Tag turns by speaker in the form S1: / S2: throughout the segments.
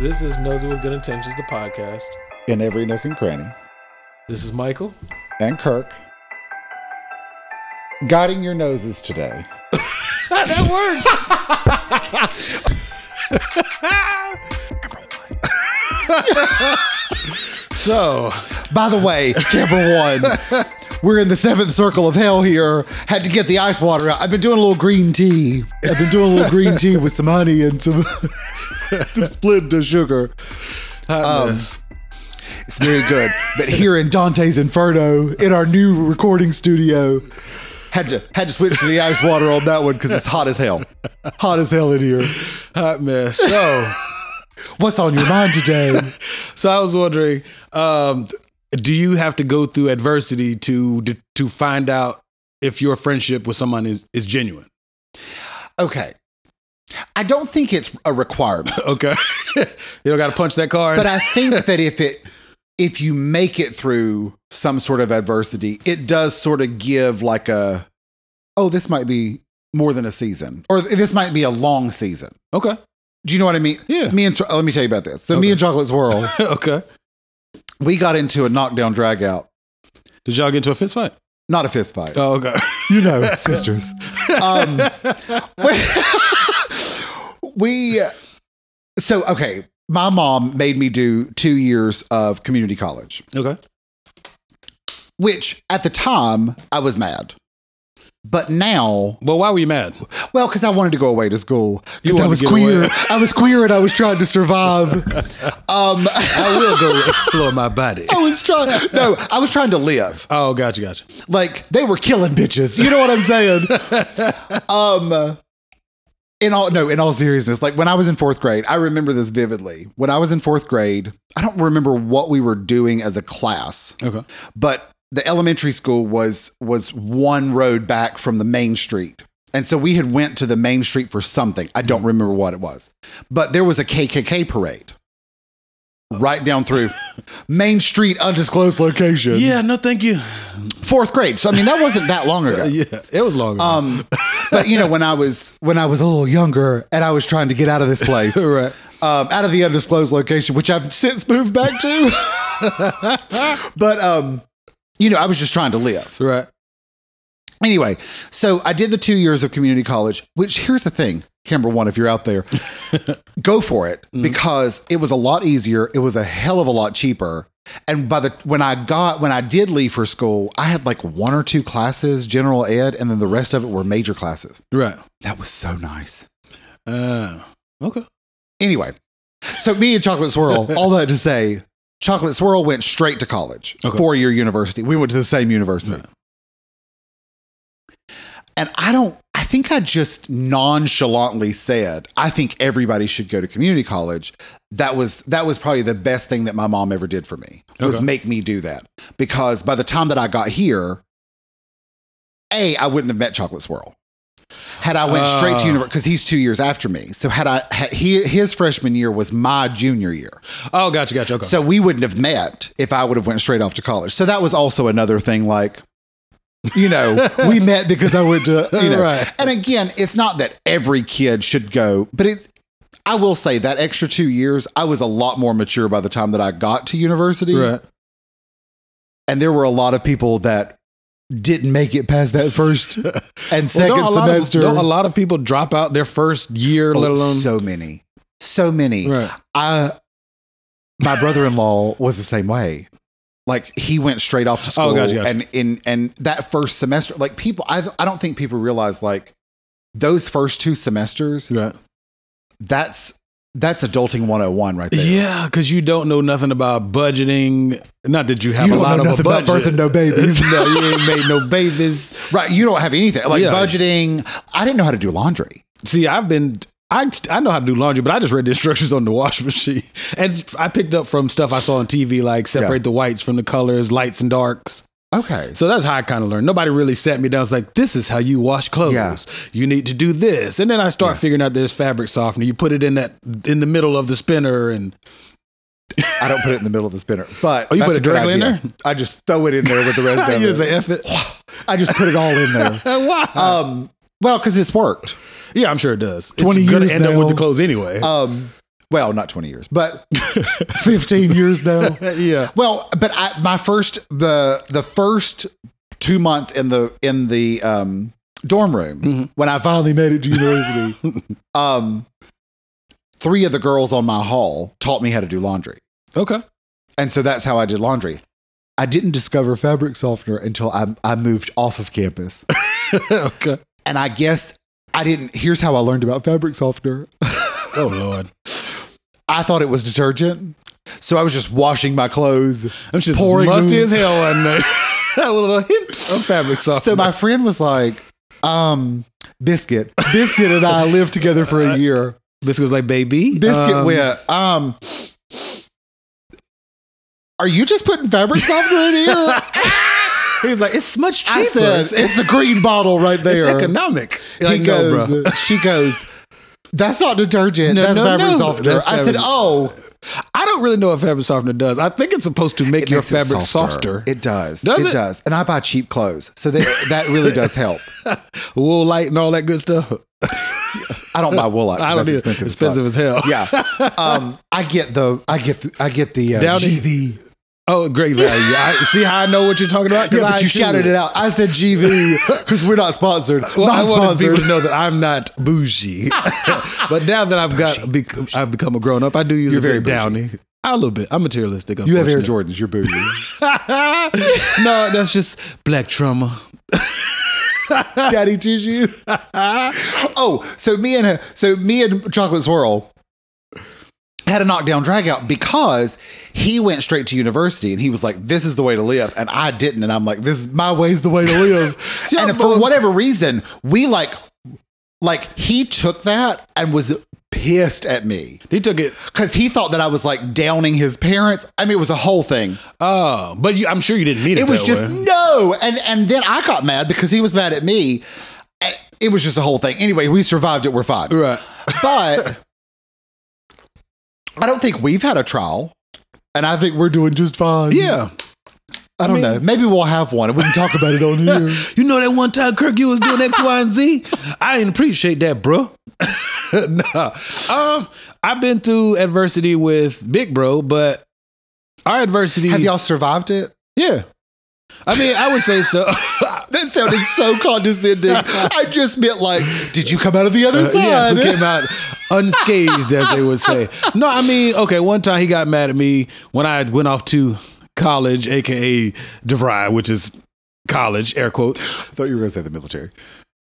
S1: This is Nosy with Good Intentions, the podcast.
S2: in every nook and cranny,
S1: This is Michael.
S2: and Kirk guiding your noses today.
S1: that worked. so,
S2: By the way, everyone, we're in the seventh circle of hell here. Had to get the ice water out. I've been doing a little green tea. I've been doing a little green tea with some honey and some some split to sugar. Um,
S1: hotness.
S2: It's very good. But here in Dante's Inferno, in our new recording studio, had to had to switch to the ice water on that one because it's hot as hell. Hot as hell in here.
S1: hot mess. So,
S2: What's on your mind today?
S1: so I was wondering, um, do you have to go through adversity to to find out if your friendship with someone is is genuine?
S2: Okay. I don't think it's a requirement.
S1: Okay, you don't got to punch that card.
S2: but I think that if it if you make it through some sort of adversity, it does sort of give like a oh, this might be more than a season, or this might be a long season.
S1: okay,
S2: Do you know what I mean?
S1: Yeah.
S2: Me and Cho- let me tell you about this. So
S1: Okay.
S2: me and Chocolate Swirl,
S1: okay.
S2: we got into a knockdown drag out,
S1: Did y'all get into a fist fight?
S2: not a fist fight.
S1: Oh, okay.
S2: you know, sisters. Um, we, we- so okay. My mom made me do two years of community college,
S1: okay.
S2: which at the time I was mad, but now,
S1: Well, why were you mad?
S2: well, because I wanted to go away to school
S1: You
S2: because I
S1: wanted
S2: was
S1: to get away.
S2: queer. I was queer and I was trying to survive. um,
S1: I will go explore my body.
S2: I was trying. No, I was trying to live.
S1: Oh, gotcha, gotcha.
S2: like they were killing bitches. You know what I'm saying? um in all no, in all seriousness, like when I was in 4th grade, I remember this vividly. When I was in 4th grade, I don't remember what we were doing as a class,
S1: Okay.
S2: but the elementary school was was one road back from the main street. And so we had went to the main street for something. I don't remember what it was. But there was a KKK parade. Right down through main street undisclosed location
S1: Yeah, no, thank you.
S2: fourth grade. So I mean, that wasn't that long ago.
S1: Yeah, it was long. ago.
S2: Um, but you know, when I was when I was a little younger and I was trying to get out of this place, um,
S1: right.
S2: out of the undisclosed location, which I've since moved back to. but um, you know, I was just trying to live.
S1: Right.
S2: Anyway, so I did the two years of community college. Which here's the thing, Camber One, if you're out there, go for it because it was a lot easier. It was a hell of a lot cheaper. And by the when I got when I did leave for school, I had like one or two classes, general ed, and then the rest of it were major classes.
S1: Right.
S2: That was so nice.
S1: Uh, okay.
S2: Anyway, so me and Chocolate Swirl, all that to say, Chocolate Swirl went straight to college,
S1: Okay.
S2: four year university. We went to the same university. And I don't, I think I just nonchalantly said, I think everybody should go to community college. That was, that was probably the best thing that my mom ever did for me was
S1: Okay.
S2: make me do that. Because by the time that I got here, A, I wouldn't have met Chocolate Swirl. Had I went straight to
S1: Ah.
S2: university, because he's two years after me. So had I, had, he, his freshman year was my junior year.
S1: Oh, gotcha, gotcha. Okay.
S2: So we wouldn't have met if I would have went straight off to college. So that was also another thing like you know, we met because I went to you know.
S1: Right.
S2: And again, it's not that every kid should go, but it's I will say that extra 2 years I was a lot more mature by the time that I got to university
S1: right.
S2: and there were a lot of people that didn't make it past that first and second
S1: Well, don't a lot of-
S2: semester.
S1: don't a lot of people drop out their first year,
S2: Oh,
S1: let alone
S2: so many. So many.
S1: right?
S2: I my brother in law was the same way. Like he went straight off to school
S1: Oh, gotcha, gotcha.
S2: and in and that first semester, like people I I don't think people realize like those first two semesters,
S1: Right.
S2: that's that's adulting 101 right there.
S1: Yeah, because you don't know nothing about budgeting. Not that you have
S2: You
S1: a
S2: don't
S1: lot
S2: know
S1: of a
S2: nothing about
S1: budget.
S2: birthing no babies.
S1: no, you ain't made no babies.
S2: Right. You don't have anything. Like
S1: Yeah.
S2: budgeting. I didn't know how to do laundry.
S1: See, I've been. I, I know how to do laundry, but I just read the instructions on the wash machine. And I picked up from stuff I saw on TV, like separate the whites from the colors, lights and darks.
S2: Okay.
S1: So that's how I kind of learned. Nobody really sat me down. It's like, this is how you wash clothes.
S2: Yeah.
S1: You need to do this. And then I start figuring out there's fabric softener. You put it in that in the middle of the spinner and
S2: I don't put it in the middle of the spinner, but
S1: Oh, you
S2: that's
S1: put it
S2: a good
S1: directly in
S2: idea.
S1: there?
S2: I just throw it in there with the rest of
S1: you just say
S2: it. Uh,
S1: F it.
S2: I just put it all in there.
S1: Why?
S2: Um, well, because it's worked.
S1: yeah, I'm sure it does.
S2: 20
S1: it's gonna
S2: years
S1: end up
S2: now.
S1: with the clothes anyway.
S2: Um, Well, not 20 years, but 15 years now.
S1: Yeah.
S2: Well, but I, my first the the first two months in the in the um, dorm room
S1: Mm-hmm.
S2: when I finally made it to university, um, three of the girls on my hall taught me how to do laundry,
S1: Okay.
S2: and so that's how I did laundry. I didn't discover fabric softener until I, I moved off of campus,
S1: okay.
S2: and I guess I didn't. Here's how I learned about fabric softener.
S1: Oh Lord.
S2: I thought it was detergent, so I was just washing my clothes.
S1: I'm just
S2: Pouring
S1: as musty
S2: lube.
S1: as hell one night. a little hint of fabric softener.
S2: So my friend was like, um, Biscuit. Biscuit and I lived together for a year.
S1: Biscuit was like, baby.
S2: Biscuit
S1: um,
S2: went, um, are you just putting fabric softener in here?
S1: He was like, it's much cheaper.
S2: I said,
S1: it's,
S2: it's the green bottle right
S1: it's
S2: there.
S1: economic.
S2: he
S1: Like, no,
S2: goes, uh,
S1: bro.
S2: she goes, that's not detergent.
S1: No,
S2: that's
S1: no,
S2: fabric
S1: no.
S2: softener.
S1: That's
S2: I said,
S1: fabric-
S2: oh,
S1: I don't really know what fabric softener does. I think it's supposed to make your
S2: makes it
S1: fabric softer.
S2: It does.
S1: Does it?
S2: does. And I buy cheap clothes. So that, that really does help.
S1: wool light and all that good stuff.
S2: I don't buy wool out
S1: I don't
S2: because
S1: need
S2: that's
S1: expensive,
S2: expensive. as fuck.
S1: expensive as hell.
S2: yeah. Um, I get the I get the, I get the uh,
S1: Downey-
S2: GV.
S1: Oh, great value. I, see how I know what you're talking about? 'Cause
S2: Yeah,
S1: I
S2: but you
S1: too-
S2: shouted it out. I said GV because we're not sponsored.
S1: Well, I
S2: not
S1: wanted people
S2: sponsored.
S1: to know that I'm not bougie, but now that I've got, bec- I've become a grown up. I do use
S2: You're
S1: a very
S2: very
S1: bit downy. A little bit. I'm materialistic.
S2: You have Air Jordans. You're bougie.
S1: Jordans. no, that's just black trauma.
S2: Daddy tissue. oh, so me and her- so me and Chocolate Swirl had a knockdown dragout because he went straight to university and he was like, "This is the way to live," and I didn't, and I'm like, "This is my way's the way to live."
S1: Yeah,
S2: and
S1: but-
S2: for whatever reason, we like, like he took that and was pissed at me
S1: He took it.
S2: because he thought that I was like downing his parents. I mean, it was a whole thing.
S1: Oh, but you, I'm sure you didn't need it.
S2: It was
S1: that
S2: just
S1: way.
S2: no, and and then I got mad because he was mad at me. And It was just a whole thing. Anyway, we survived it. We're fine.
S1: right.
S2: But I don't think we've had a trial, and I think we're doing just fine.
S1: Yeah.
S2: I don't know. Maybe we'll have one, and we can talk about it on here.
S1: You know that one time Kirk, you was doing X, Y, and Z. I didn't appreciate that, bro. nah. Um, I've been through adversity with Big Bro, but our adversity.
S2: Have y'all survived it?
S1: Yeah. I mean, I would say so.
S2: That sounded so condescending. I just meant like, did you come out of the other
S1: Uh,
S2: side?
S1: yes, we came out unscathed, as they would say. No, I mean, okay, one time he got mad at me when I went off to college, aka DeVry, which is college, air quotes.
S2: I thought you were going to say the military.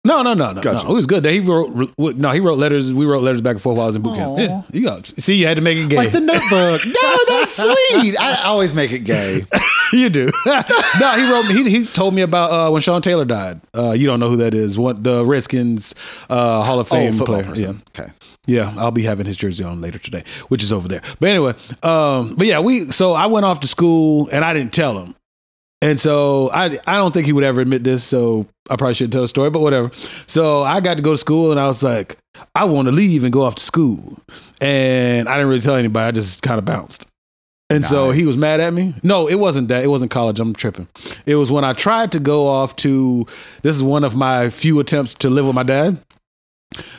S1: No, no, no, no,
S2: Gotcha.
S1: no. It was good. He wrote, no, he wrote letters. We wrote letters back and forth while I was in boot camp.
S2: Aw.
S1: Yeah, you got, see, you had to make it gay.
S2: Like the notebook. no, that's sweet. I always make it gay.
S1: you do. no, he wrote. He he told me about uh, when Sean Taylor died. Uh, you don't know who that is. What the Redskins uh, Hall of
S2: Oh,
S1: Fame
S2: football
S1: player. Yeah.
S2: person. Okay.
S1: Yeah, I'll be having his jersey on later today, which is over there. But anyway, um, but yeah, we so I went off to school and I didn't tell him. And so I I don't think he would ever admit this, so I probably shouldn't tell the story, but whatever. So I got to go to school and I was like, I want to leave and go off to school. And I didn't really tell anybody, I just kind of bounced. And so he
S2: Nice.
S1: was mad at me. No, it wasn't that. It wasn't college. I'm tripping. It was when I tried to go off to this is one of my few attempts to live with my dad.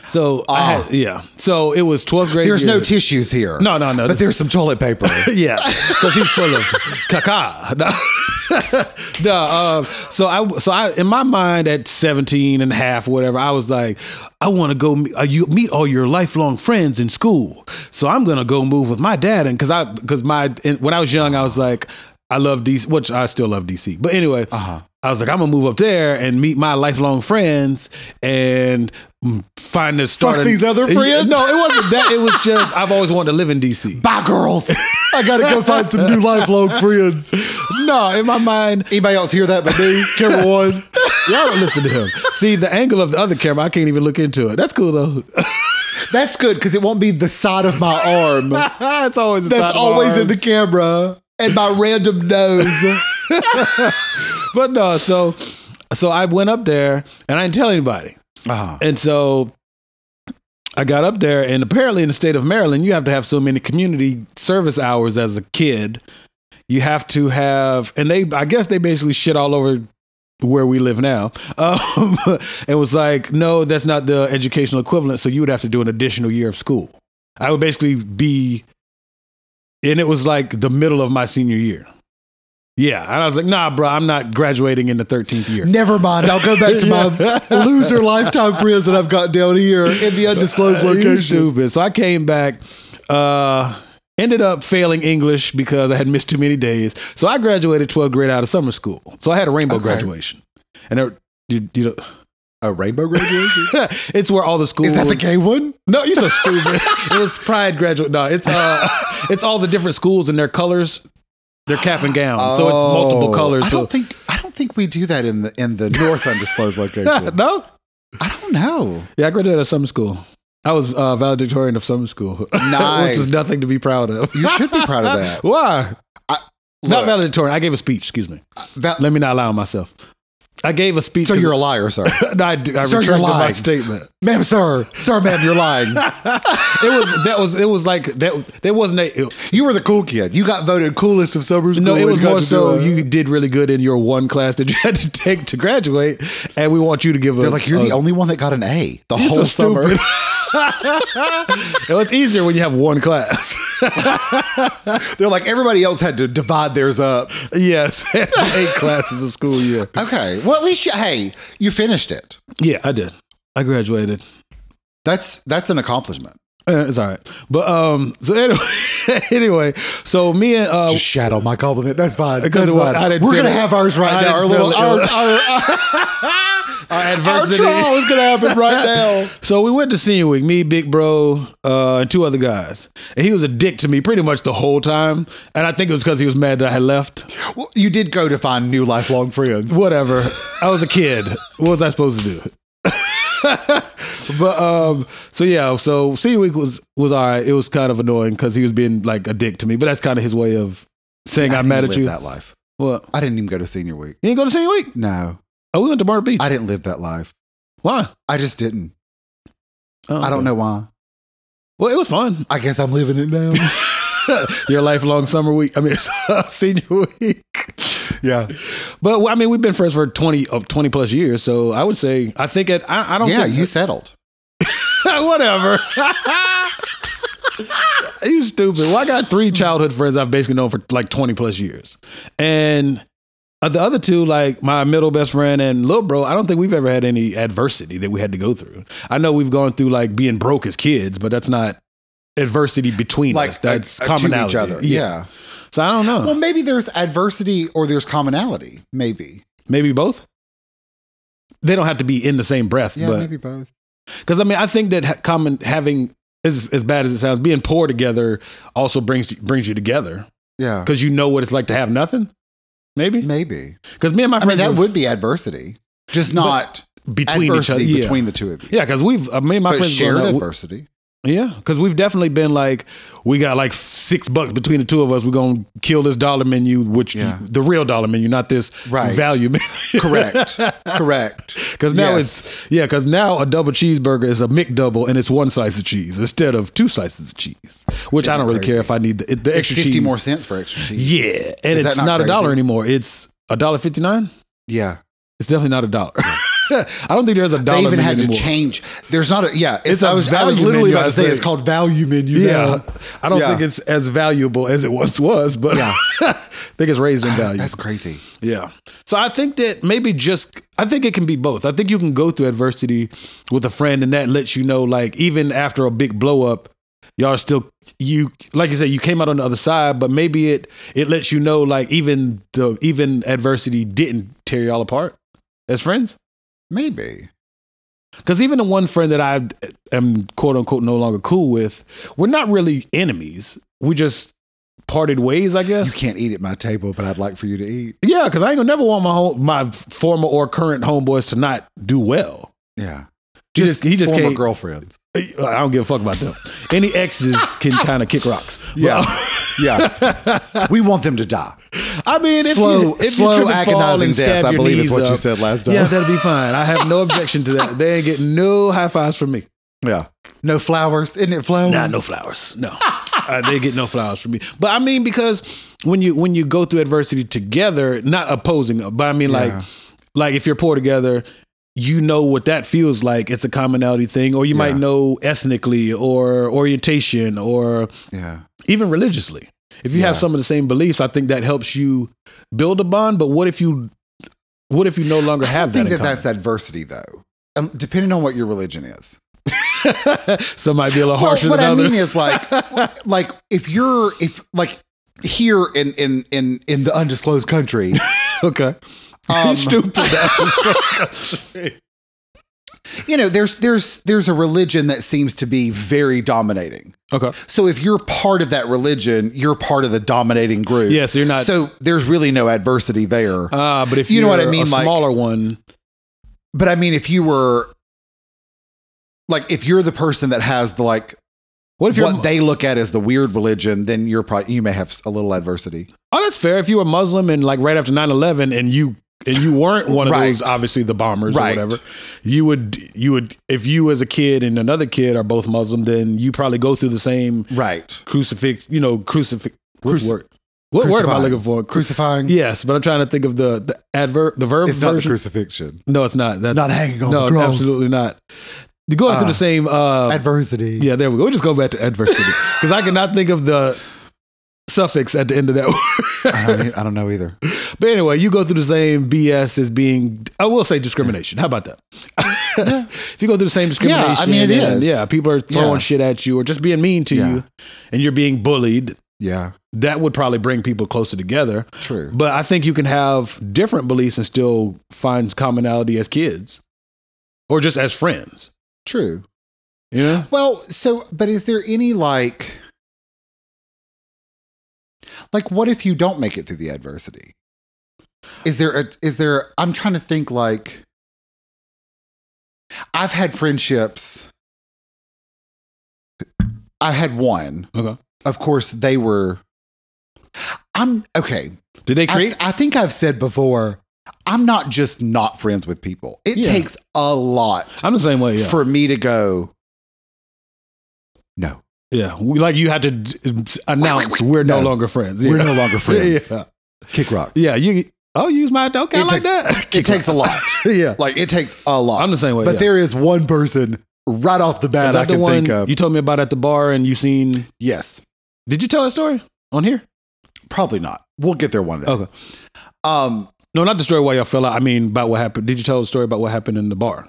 S1: So I
S2: Ah.
S1: had, yeah. So it was 12th grade.
S2: There's
S1: year.
S2: no tissues here.
S1: No, no, no.
S2: But there's some toilet paper.
S1: yeah, because he's full of caca. No, no um, so I, so I, in my mind at 17 and a half, whatever, I was like, I want to go me- uh, you meet all your lifelong friends in school. So I'm gonna go move with my dad, and because I, because my, in, when I was young, I was like, I love DC, which I still love DC. But anyway,
S2: Uh-huh.
S1: I was like, I'm gonna move up there and meet my lifelong friends and. mm, Find this
S2: Fuck
S1: start a-
S2: these other friends?
S1: No, it wasn't that. It was just I've always wanted to live in DC.
S2: Bye, girls. I gotta go find some new lifelong friends.
S1: No, in my mind,
S2: Anybody else hear that but me? Camera one.
S1: y'all don't listen to him. See the angle of the other camera, I can't even look into it. That's cool though.
S2: That's good because it won't be the side of my arm.
S1: it's always the
S2: That's
S1: side of
S2: always
S1: my
S2: in the
S1: arms.
S2: camera and my random nose.
S1: But no, so so I went up there and I didn't tell anybody,
S2: uh
S1: and so. I got up there, and apparently, in the state of Maryland, you have to have so many community service hours as a kid. You have to have, and they, I guess, they basically shit all over where we live now. Um, it was like, no, that's not the educational equivalent. So you would have to do an additional year of school. I would basically be, and it was like the middle of my senior year. Yeah, and I was like, nah, bro, I'm not graduating in the 13th year.
S2: Never mind. I'll go back to my loser lifetime friends that I've got down here in the undisclosed
S1: Uh, You
S2: location.
S1: stupid. So I came back, uh, ended up failing English because I had missed too many days. So I graduated 12th grade out of summer school. So I had a rainbow
S2: Okay.
S1: graduation. And there, you, you know,
S2: A rainbow graduation?
S1: it's where all the schools.
S2: Is that the gay one?
S1: No, you're so stupid. it was Pride graduate. No, it's uh, it's all the different schools and their colors, their cap and gown. so it's multiple
S2: Oh,
S1: colors.
S2: I
S1: So
S2: don't think I don't think we do that in the in the north undisclosed location.
S1: no.
S2: I don't know.
S1: Yeah, I graduated out of summer school. I was uh, valedictorian of summer school, which
S2: Nice.
S1: is nothing to be proud of.
S2: You should be proud of that.
S1: Why? Not
S2: Look,
S1: valedictorian. I gave a speech. Excuse me.
S2: val-
S1: Let me not lie on myself. I gave a speech.
S2: so
S1: 'cause-
S2: you're a liar, sir.
S1: No, I, d- I
S2: Sir, you're
S1: retracted my
S2: lying.
S1: statement.
S2: ma'am, sir. Sir, ma'am, you're lying.
S1: It was that was it was like that. There wasn't a
S2: You were the cool kid. You got voted coolest of summer school.
S1: no. It
S2: and
S1: was
S2: got
S1: more
S2: to uh, do
S1: so
S2: a-
S1: you did really good in your one class that you had to take to graduate, and we want you to give.
S2: They're
S1: a,
S2: like, you're the only one that got an A the
S1: Uh, so
S2: whole summer.
S1: stupid. it was easier when you have one class.
S2: They're like, everybody else had to divide theirs up.
S1: yes, after eight classes a school year.
S2: Okay. Well, at least you, hey, you finished it.
S1: Yeah, I did. I graduated.
S2: That's that's an accomplishment.
S1: Uh, it's all right. But um, so anyway, anyway, so me and uh,
S2: Just shout out my compliment. That's fine.
S1: Because
S2: That's
S1: it was-
S2: fine.
S1: I didn't
S2: We're
S1: feel
S2: gonna
S1: it.
S2: have ours right
S1: I
S2: now. Our
S1: didn't
S2: little
S1: feel
S2: our,
S1: it.
S2: our, our,
S1: our
S2: our trial is gonna happen right now.
S1: So we went to senior week, me, Big Bro, uh, and two other guys. And he was a dick to me pretty much the whole time. And I think it was because he was mad that I had left.
S2: Well, you did go to find new lifelong friends.
S1: Whatever. I was a kid. What was I supposed to do? but um, so yeah, so senior week was was all right. It was kind of annoying because he was being like a dick to me. But that's kind of his way of saying I'm
S2: didn't
S1: mad at
S2: live
S1: you.
S2: That life.
S1: What?
S2: I didn't even go to senior week.
S1: You didn't go to senior week?
S2: No,
S1: Oh, we went to Myrtle Beach.
S2: I didn't live that life.
S1: Why?
S2: I just didn't.
S1: Oh,
S2: I don't
S1: okay.
S2: know why.
S1: Well, it was fun.
S2: I guess I'm living it now.
S1: Your lifelong summer week. I mean, senior week.
S2: yeah.
S1: But well, I mean, we've been friends for 20, of 20 plus years. So I would say, I think it, I, I don't
S2: Yeah,
S1: think,
S2: you settled.
S1: whatever. you stupid. Well, I got three childhood friends I've basically known for like 20 plus years. And uh, the other two, like my middle best friend and little bro, I don't think we've ever had any adversity that we had to go through. I know we've gone through like being broke as kids, but that's not adversity between
S2: Like
S1: us. That's
S2: uh, uh, to
S1: commonality.
S2: each other. Yeah.
S1: So I don't know.
S2: Well, maybe there's adversity or there's commonality. Maybe.
S1: maybe both. They don't have to be in the same breath,
S2: Yeah,
S1: but
S2: maybe both.
S1: because I mean, I think that ha- common having as as bad as it sounds, being poor together also brings brings you together
S2: Yeah.
S1: because you know what it's like to have nothing. Maybe
S2: Maybe.
S1: because me and my
S2: I mean,
S1: friends
S2: that
S1: have-
S2: would be adverty, just not
S1: between each other,
S2: adversity
S1: yeah.
S2: between the two of you.
S1: yeah, because we've uh, me and my
S2: but
S1: friends
S2: shared
S1: growing up, we-
S2: adversity.
S1: yeah, because we've definitely been like we got like six bucks between the two of us. We're gonna kill this dollar menu, which
S2: Yeah.
S1: the real dollar menu, not this
S2: Right.
S1: value menu.
S2: Correct. Correct.
S1: Because now
S2: Yes.
S1: it's yeah. Because now a double cheeseburger is a McDouble and it's one slice of cheese instead of two slices of cheese, which I don't really
S2: crazy.
S1: care if I need the, it- the
S2: It's
S1: extra
S2: 50
S1: cheese.
S2: more cents for extra cheese.
S1: Yeah, and
S2: Is that
S1: it's
S2: not
S1: not, a dollar
S2: crazy?
S1: anymore. It's a dollar fifty nine.
S2: Yeah.
S1: It's definitely not a dollar. I don't think there's a dollar.
S2: They even
S1: menu
S2: had to
S1: anymore.
S2: change. There's not a, yeah. It's,
S1: It's a
S2: I was, I was
S1: value
S2: literally
S1: menu,
S2: about
S1: I
S2: to say it's
S1: think.
S2: called value menu.
S1: Yeah,
S2: now.
S1: I don't
S2: Yeah.
S1: think it's as valuable as it once was, but
S2: Yeah.
S1: I think it's raised in value.
S2: That's crazy.
S1: Yeah. So I think that maybe just I think it can be both. I think you can go through adversity with a friend and that lets you know like even after a big blow up, y'all are still you like you said, you came out on the other side, but maybe it it lets you know like even the even adversity didn't tear y'all apart as friends.
S2: Maybe.
S1: Because even the one friend that I am quote unquote no longer cool with, we're not really enemies. We just parted ways, I guess.
S2: You can't eat at my table, but I'd like for you to eat.
S1: Yeah, because I ain't gonna never want my home, my former or current homeboys to not do well.
S2: Yeah.
S1: He just- he just
S2: former
S1: can't-
S2: girlfriends.
S1: I don't give a fuck about them. Any exes can kind of kick rocks.
S2: Yeah. yeah. We want them to die.
S1: I mean, if
S2: slow,
S1: you, if
S2: slow
S1: you trip and fall
S2: agonizing
S1: and stab
S2: deaths, I
S1: your
S2: believe is
S1: knees
S2: what you
S1: up,
S2: said last time.
S1: Yeah, that'd be fine. I have no objection to that. They ain't getting no high fives from me.
S2: Yeah. No flowers. Isn't it flowers?
S1: Nah, no flowers. No, uh, they get no flowers from me. But I mean, because when you when you go through adversity together, not opposing, but I mean like
S2: Yeah.
S1: like if you're poor together, you know what that feels like. It's a commonality thing, or you might
S2: Yeah.
S1: know ethnically or orientation or
S2: Yeah.
S1: even religiously. If you
S2: Yeah.
S1: have some of the same beliefs, I think that helps you build a bond. But what if you, what if you no longer have
S2: I think
S1: that?
S2: that
S1: in
S2: that's adversity, though, um, depending on what your religion is.
S1: common? some might be a little
S2: Well,
S1: harsher
S2: what
S1: than
S2: I
S1: others.
S2: mean is like, like if you're if like here in in in in the undisclosed country,
S1: okay,
S2: um,
S1: stupid. That was-
S2: you know, there's there's there's a religion that seems to be very dominating.
S1: okay,
S2: So if you're part of that religion, you're part of the dominating group.
S1: yeah. So you're not.
S2: So there's really no adversity there.
S1: Ah, but if
S2: You know what I
S1: you're A
S2: mean, like-
S1: smaller one.
S2: but I mean, if you were like, if you're the person that has the like
S1: What if you're?
S2: what they look at as the weird religion, then you're probably you may have a little adversity.
S1: oh, that's fair. If you were Muslim and like right after 9-11 and you and you weren't one of
S2: Right.
S1: those obviously the bombers
S2: Right.
S1: or whatever, you would you would if you as a kid and another kid are both Muslim, then you probably go through the same
S2: Right.
S1: crucifix. You know, crucifix. What
S2: Cruci-
S1: word? What word am I
S2: crucifying.
S1: looking for? Cru-
S2: Crucifying.
S1: yes, but I'm trying to think of the the adverb the verb
S2: It's not the
S1: version.
S2: crucifixion.
S1: no, it's not. That's
S2: Not hanging on
S1: no,
S2: the cross.
S1: absolutely not. You're going through
S2: Uh,
S1: the same uh,
S2: Adversity.
S1: Yeah, there we go. We'll just go back to adversity because I cannot think of the suffix at the end of that word.
S2: I, don't, e- I don't know either.
S1: but anyway, you go through the same BS as being, I will say discrimination. How about that? if you go through the same discrimination,
S2: Yeah, I mean, it
S1: and,
S2: is.
S1: Yeah, people are throwing
S2: Yeah.
S1: shit at you or just being mean to
S2: Yeah.
S1: you and you're being bullied.
S2: Yeah.
S1: That would probably bring people closer together.
S2: True.
S1: But I think you can have different beliefs and still find commonality as kids or just as friends.
S2: True.
S1: You know?
S2: Well, so but is there any like like what if you don't make it through the adversity? Is there a is there I'm trying to think like I've had friendships I had one.
S1: Okay.
S2: Of course they were I'm okay.
S1: Did they
S2: I,
S1: create?
S2: I think I've said before I'm not just not friends with people. It
S1: Yeah.
S2: takes a lot
S1: I'm the same way. Yeah.
S2: for me to go no
S1: Yeah, we, like you had to d- d- announce we're no
S2: No.
S1: longer friends.
S2: we're
S1: Yeah.
S2: no longer friends
S1: Yeah,
S2: kick rock
S1: yeah. You oh, you use my okay, I
S2: It
S1: like
S2: takes-
S1: that.
S2: it takes a lot
S1: yeah,
S2: like it takes a lot
S1: I'm the same way.
S2: but
S1: yeah.
S2: there is one person right off the
S1: Is
S2: bat
S1: that
S2: i
S1: the
S2: can
S1: one
S2: think of
S1: you told me about at the bar, and you seen?
S2: yes
S1: Did you tell that story on here?
S2: probably not we'll get there one day
S1: Okay.
S2: um
S1: No, not the story why y'all fell out. I mean, about what happened. Did you tell the story about what happened in the bar?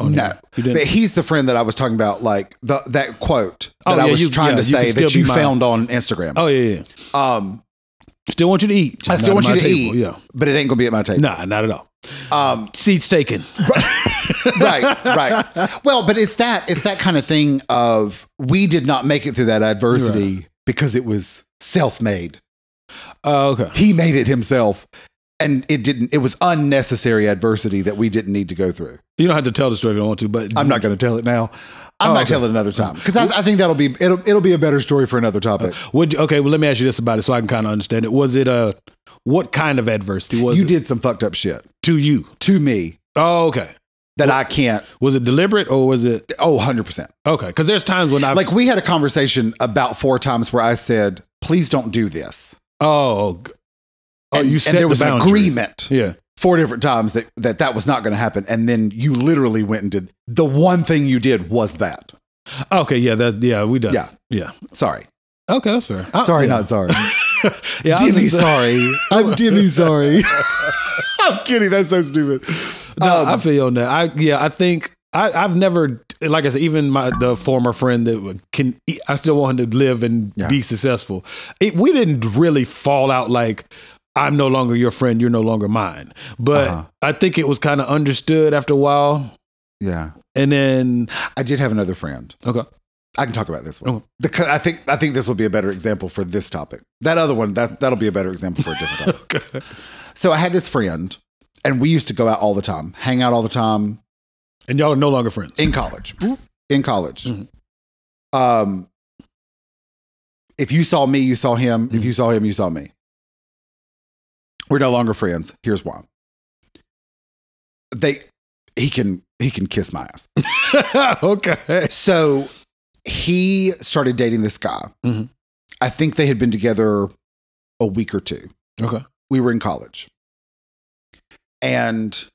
S1: On
S2: No.
S1: here? you
S2: but
S1: didn't.
S2: he's the friend that i was talking about like the, that quote
S1: Oh,
S2: that i
S1: yeah,
S2: was
S1: you-
S2: trying
S1: yeah,
S2: to
S1: you can
S2: say
S1: still
S2: that you
S1: be mine.
S2: found on instagram
S1: Oh yeah, yeah.
S2: um
S1: Still want you to eat.
S2: I
S1: just
S2: still
S1: not
S2: want you
S1: at my
S2: to
S1: table.
S2: eat. but it ain't gonna be at my
S1: Yeah.
S2: table
S1: Nah, not at all.
S2: um
S1: Seats taken.
S2: right right well but it's that it's that kind of thing of we did not make it through that adversity because it was self-made
S1: Oh, okay.
S2: he made it himself and it didn't it was unnecessary adversity that we didn't need to go through
S1: You don't have to tell the story if you don't want to, but
S2: i'm not going to tell it now i
S1: Mm-hmm. Oh,
S2: might
S1: okay. Mm-hmm.
S2: tell it another time because I, I think that'll be it'll, it'll be a better story for another topic
S1: Would you, okay, well, let me ask you this about it so I can kind of understand it. Was it a what kind of adversity was
S2: you
S1: it
S2: did some fucked up shit
S1: to you?
S2: to me
S1: Oh, okay.
S2: that i can't
S1: Was it deliberate or was it
S2: oh 100%
S1: okay? Because there's times when I
S2: like we had a conversation about four times where i said please don't do this
S1: oh, g- oh,
S2: and,
S1: you
S2: and
S1: set
S2: there was
S1: the
S2: an
S1: boundary.
S2: agreement
S1: Yeah,
S2: four different times that that, that was not going to happen and then you literally went and did the one thing you did was that
S1: okay, yeah, that yeah, we done.
S2: Yeah.
S1: yeah,
S2: sorry
S1: okay, that's fair. I-
S2: sorry
S1: Uh, yeah.
S2: not sorry
S1: yeah, I was
S2: dimmy
S1: just-
S2: sorry i'm dimmy sorry i'm kidding that's so stupid
S1: No,
S2: Um,
S1: I feel you on that. I yeah, I think I I've never like I said, even my the former friend that can I still want him to live and
S2: Yeah.
S1: be successful. It, we didn't really fall out like I'm no longer your friend, you're no longer mine. But
S2: Uh-huh.
S1: I think it was kind of understood after a while,
S2: yeah
S1: and then
S2: i did have another friend
S1: okay,
S2: i can talk about this one
S1: Okay.
S2: The co- i think i think this will be a better example for this topic that other one that, that'll be a better example for a different topic
S1: okay,
S2: so i had this friend and we used to go out all the time hang out all the time
S1: and y'all are no longer friends.
S2: in college in college
S1: Mhm.
S2: um if you saw me you saw him if you saw him you saw me we're no longer friends here's why they he can he can kiss my ass
S1: okay,
S2: so he started dating this guy
S1: Mhm.
S2: i think they had been together a week or two
S1: okay,
S2: we were in college and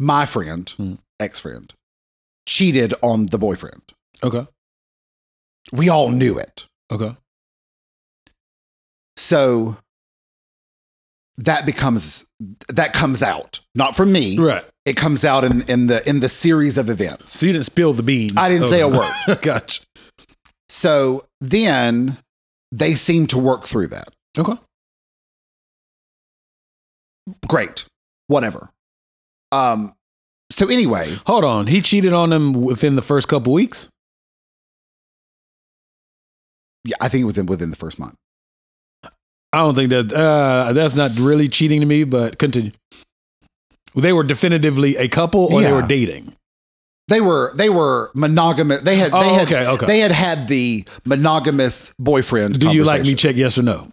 S2: my friend,
S1: Mm.
S2: ex friend, cheated on the boyfriend.
S1: Okay.
S2: We all knew it.
S1: Okay.
S2: So that becomes that comes out not from me.
S1: Right.
S2: It comes out in, in the in the series of events.
S1: So you didn't spill the beans.
S2: I didn't say a
S1: Okay.
S2: word.
S1: gotcha.
S2: So then they seem to work through that.
S1: Okay.
S2: Great. Whatever. Um so anyway,
S1: Hold on. He cheated on them within the first couple weeks.
S2: yeah, I think it was in within the first month.
S1: I don't think that uh, that's not really cheating to me, but continue. They were definitively a couple, or they
S2: Yeah.
S1: were dating.
S2: They were they were monogamous. They had
S1: Oh,
S2: they had
S1: okay, okay.
S2: they had had the monogamous boyfriend.
S1: Do you like me?
S2: conversation,
S1: Check yes or no.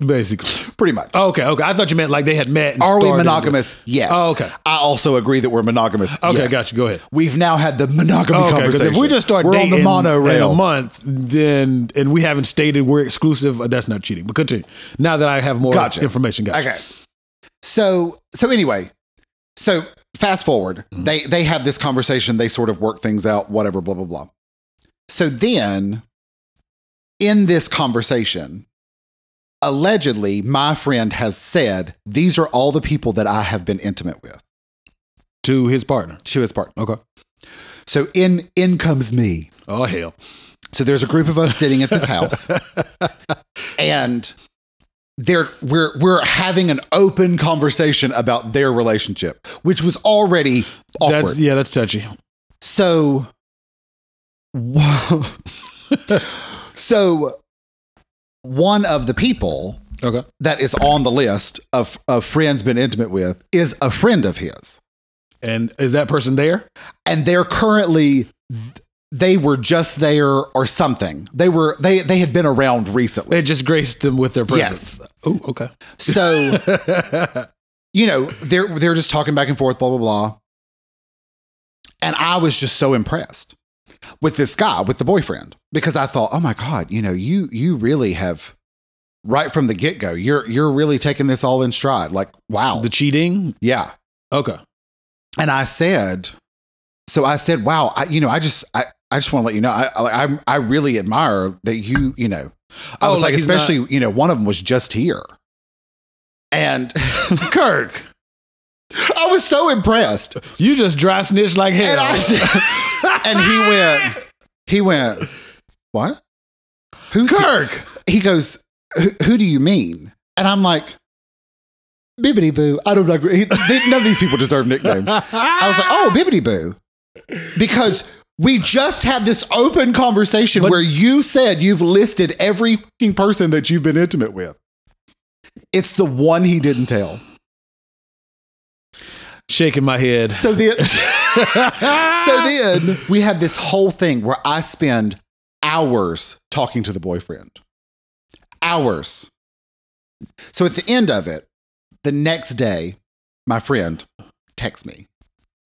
S1: Basically.
S2: Pretty much.
S1: Okay. Okay. I thought you meant like they had met. and
S2: Are we
S1: started-
S2: monogamous? Yes.
S1: Oh, okay.
S2: I also agree that we're monogamous.
S1: Okay.
S2: Yes.
S1: Gotcha. Go ahead.
S2: We've now had the monogamy
S1: Okay, because
S2: conversation.
S1: if we just start
S2: we're on
S1: dating
S2: the monorail.
S1: in a month, then and we haven't stated we're exclusive, uh, that's not cheating. But continue. Now that I have more
S2: Gotcha.
S1: information, gotcha.
S2: Okay. So so anyway, so fast forward. They they have this conversation. They sort of work things out. Whatever. Blah blah blah. So then, in this conversation, allegedly, my friend has said these are all the people that I have been intimate with.
S1: To his partner.
S2: To his part.
S1: Okay.
S2: So in in comes me.
S1: Oh hell.
S2: So there's a group of us sitting at this house, and they're, we're we're having an open conversation about their relationship, which was already awkward.
S1: That's yeah, that's touchy.
S2: So, so one of the people
S1: Okay.
S2: that is on the list of of friends been intimate with is a friend of his,
S1: And is that person there?
S2: and they're currently. They were just there or something. They were they they had been around recently.
S1: They just graced them with their presence.
S2: Yes.
S1: Oh, okay.
S2: So, you know, they're they're just talking back and forth, blah blah blah. And I was just so impressed with this guy, with the boyfriend, because I thought, oh my god, you know, you you really have right from the get go, you're you're really taking this all in stride. Like, wow,
S1: The cheating.
S2: yeah.
S1: Okay.
S2: And I said, so I said, wow, I, you know, I just I. I just want to let you know, I, I I'm- I really admire that you you know, I
S1: Oh,
S2: was
S1: like
S2: like,
S1: he's not-
S2: especially you know, one of them was just here, and
S1: Kirk,
S2: I was so impressed.
S1: you just dry snitch like hell.
S2: And, I said, and he went, he went, what? Who's he-"
S1: Kirk.
S2: He goes, who, who do you mean? And I'm like, Bibbity Boo. I don't know. He- they- None of these people deserve nicknames. I was like, oh, Bibbity Boo. Because we just had this open conversation
S1: But-
S2: where you said you've listed every fucking person that you've been intimate with. It's the one he didn't tell.
S1: Shaking my head.
S2: So the. so then we have this whole thing where I spend hours talking to the boyfriend. Hours. So at the end of it, the next day, my friend texts me,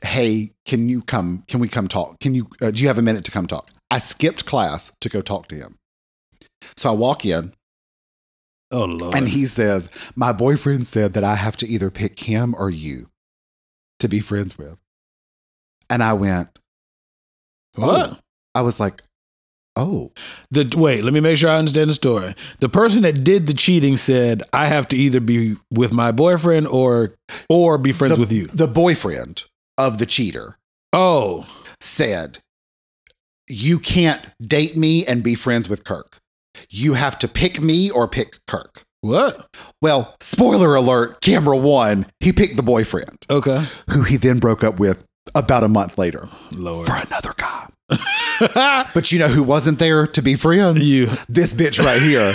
S2: "Hey, can you come? Can we come talk? Can you? Uh, do you have a minute to come talk?" I skipped class to go talk to him. So I walk in
S1: Oh Lord.
S2: and he says, "My boyfriend said that I have to either pick him or you to be friends with." And I went,
S1: what?
S2: I was like, oh,
S1: The wait, let me make sure I understand the story. The person that did the cheating said, "I have to either be with my boyfriend or or be friends
S2: the,
S1: with you."
S2: The boyfriend of the cheater
S1: Oh,
S2: said, you can't date me and be friends with Kirk. You have to pick me or pick Kirk.
S1: what?
S2: Well, spoiler alert, camera one, he picked the boyfriend,
S1: Okay,
S2: who he then broke up with about a month later
S1: Lord.
S2: for another guy. But you know who wasn't there to be friends?
S1: You.
S2: This bitch right here.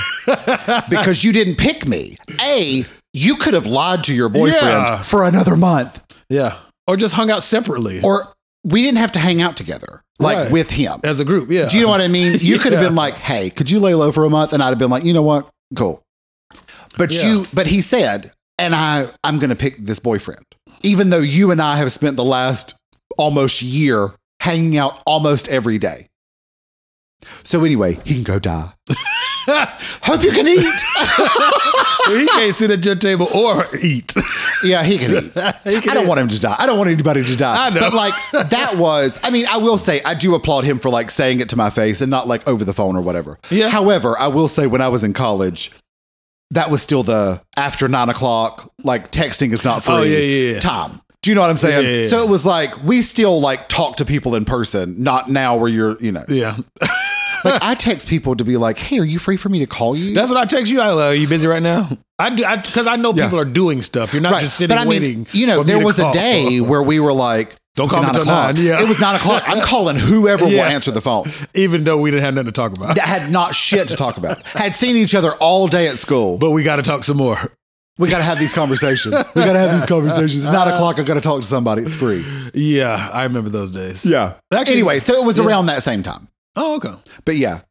S2: because you didn't pick me. A, you could have lied to your boyfriend
S1: Yeah.
S2: for another month.
S1: yeah, or just hung out separately
S2: or we didn't have to hang out together like
S1: Right.
S2: with him.
S1: as a group. Yeah,
S2: Do you know what I mean? You could have
S1: Yeah.
S2: been like, "Hey, could you lay low for a month?" and I'd have been like, "You know what? Cool." But
S1: Yeah.
S2: you but he said, "And I I'm going to pick this boyfriend." Even though you and I have spent the last almost year hanging out almost every day. So anyway, he can go die. Hope you can eat.
S1: he can't sit at your table or eat.
S2: Yeah, he can eat. I don't want him to die. I don't want anybody to die.
S1: I know.
S2: But like that was, I mean, I will say I do applaud him for like saying it to my face and not like over the phone or whatever.
S1: Yeah.
S2: However, I will say when I was in college, that was still the after nine o'clock, like texting is not free
S1: Oh, yeah, yeah, yeah.
S2: time. Do you know what I'm saying?
S1: Yeah, yeah, yeah.
S2: So it was like we still like talk to people in person, not now where you're, you know.
S1: yeah,
S2: Like I text people to be like, "Hey, are you free for me to call you?"
S1: that's what I text you. I, uh, are you busy right now? I do because I, know
S2: Yeah.
S1: people are doing stuff. You're not just sitting waiting.
S2: you know,
S1: for me
S2: there
S1: to
S2: was a
S1: call.
S2: day where we were like,
S1: Don't call me till
S2: o'clock.
S1: nine, yeah.
S2: It was nine o'clock. I'm calling whoever will
S1: Yeah.
S2: answer the phone.
S1: even though we didn't have nothing to talk about.
S2: That had not shit to talk about. Had seen each other all day at school.
S1: But we got to talk some more.
S2: we got to have these conversations. We got to have these conversations. It's nine o'clock. I got to talk to somebody. It's free.
S1: Yeah, I remember those days.
S2: Yeah.
S1: Actually-
S2: anyway, so it was
S1: Yeah.
S2: around that same time.
S1: Oh, okay.
S2: But yeah.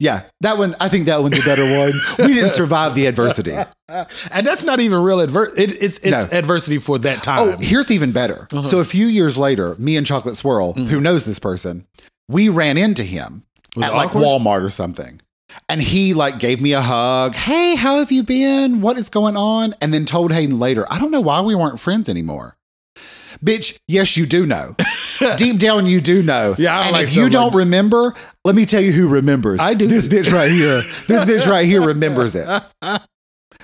S2: Yeah. That one, I think that one's a better one. We didn't survive the adversity.
S1: And that's not even real adversity. It, it's it's
S2: No.
S1: adversity for that time.
S2: Oh, here's even better.
S1: Uh-huh. Mm-hmm.
S2: So a few years later, me and Chocolate Swirl, who knows this person, we ran into him
S1: Was
S2: at
S1: it
S2: like
S1: awkward?
S2: Walmart or something. And he like gave me a hug. Hey, how have you been? What is going on? And then told Hayden later, I don't know why we weren't friends anymore. Bitch, yes, you do know. Deep down, you do know.
S1: Yeah, I don't
S2: and
S1: like
S2: if you
S1: someone-
S2: don't remember, let me tell you who remembers.
S1: I do.
S2: This bitch right here. this bitch right here remembers it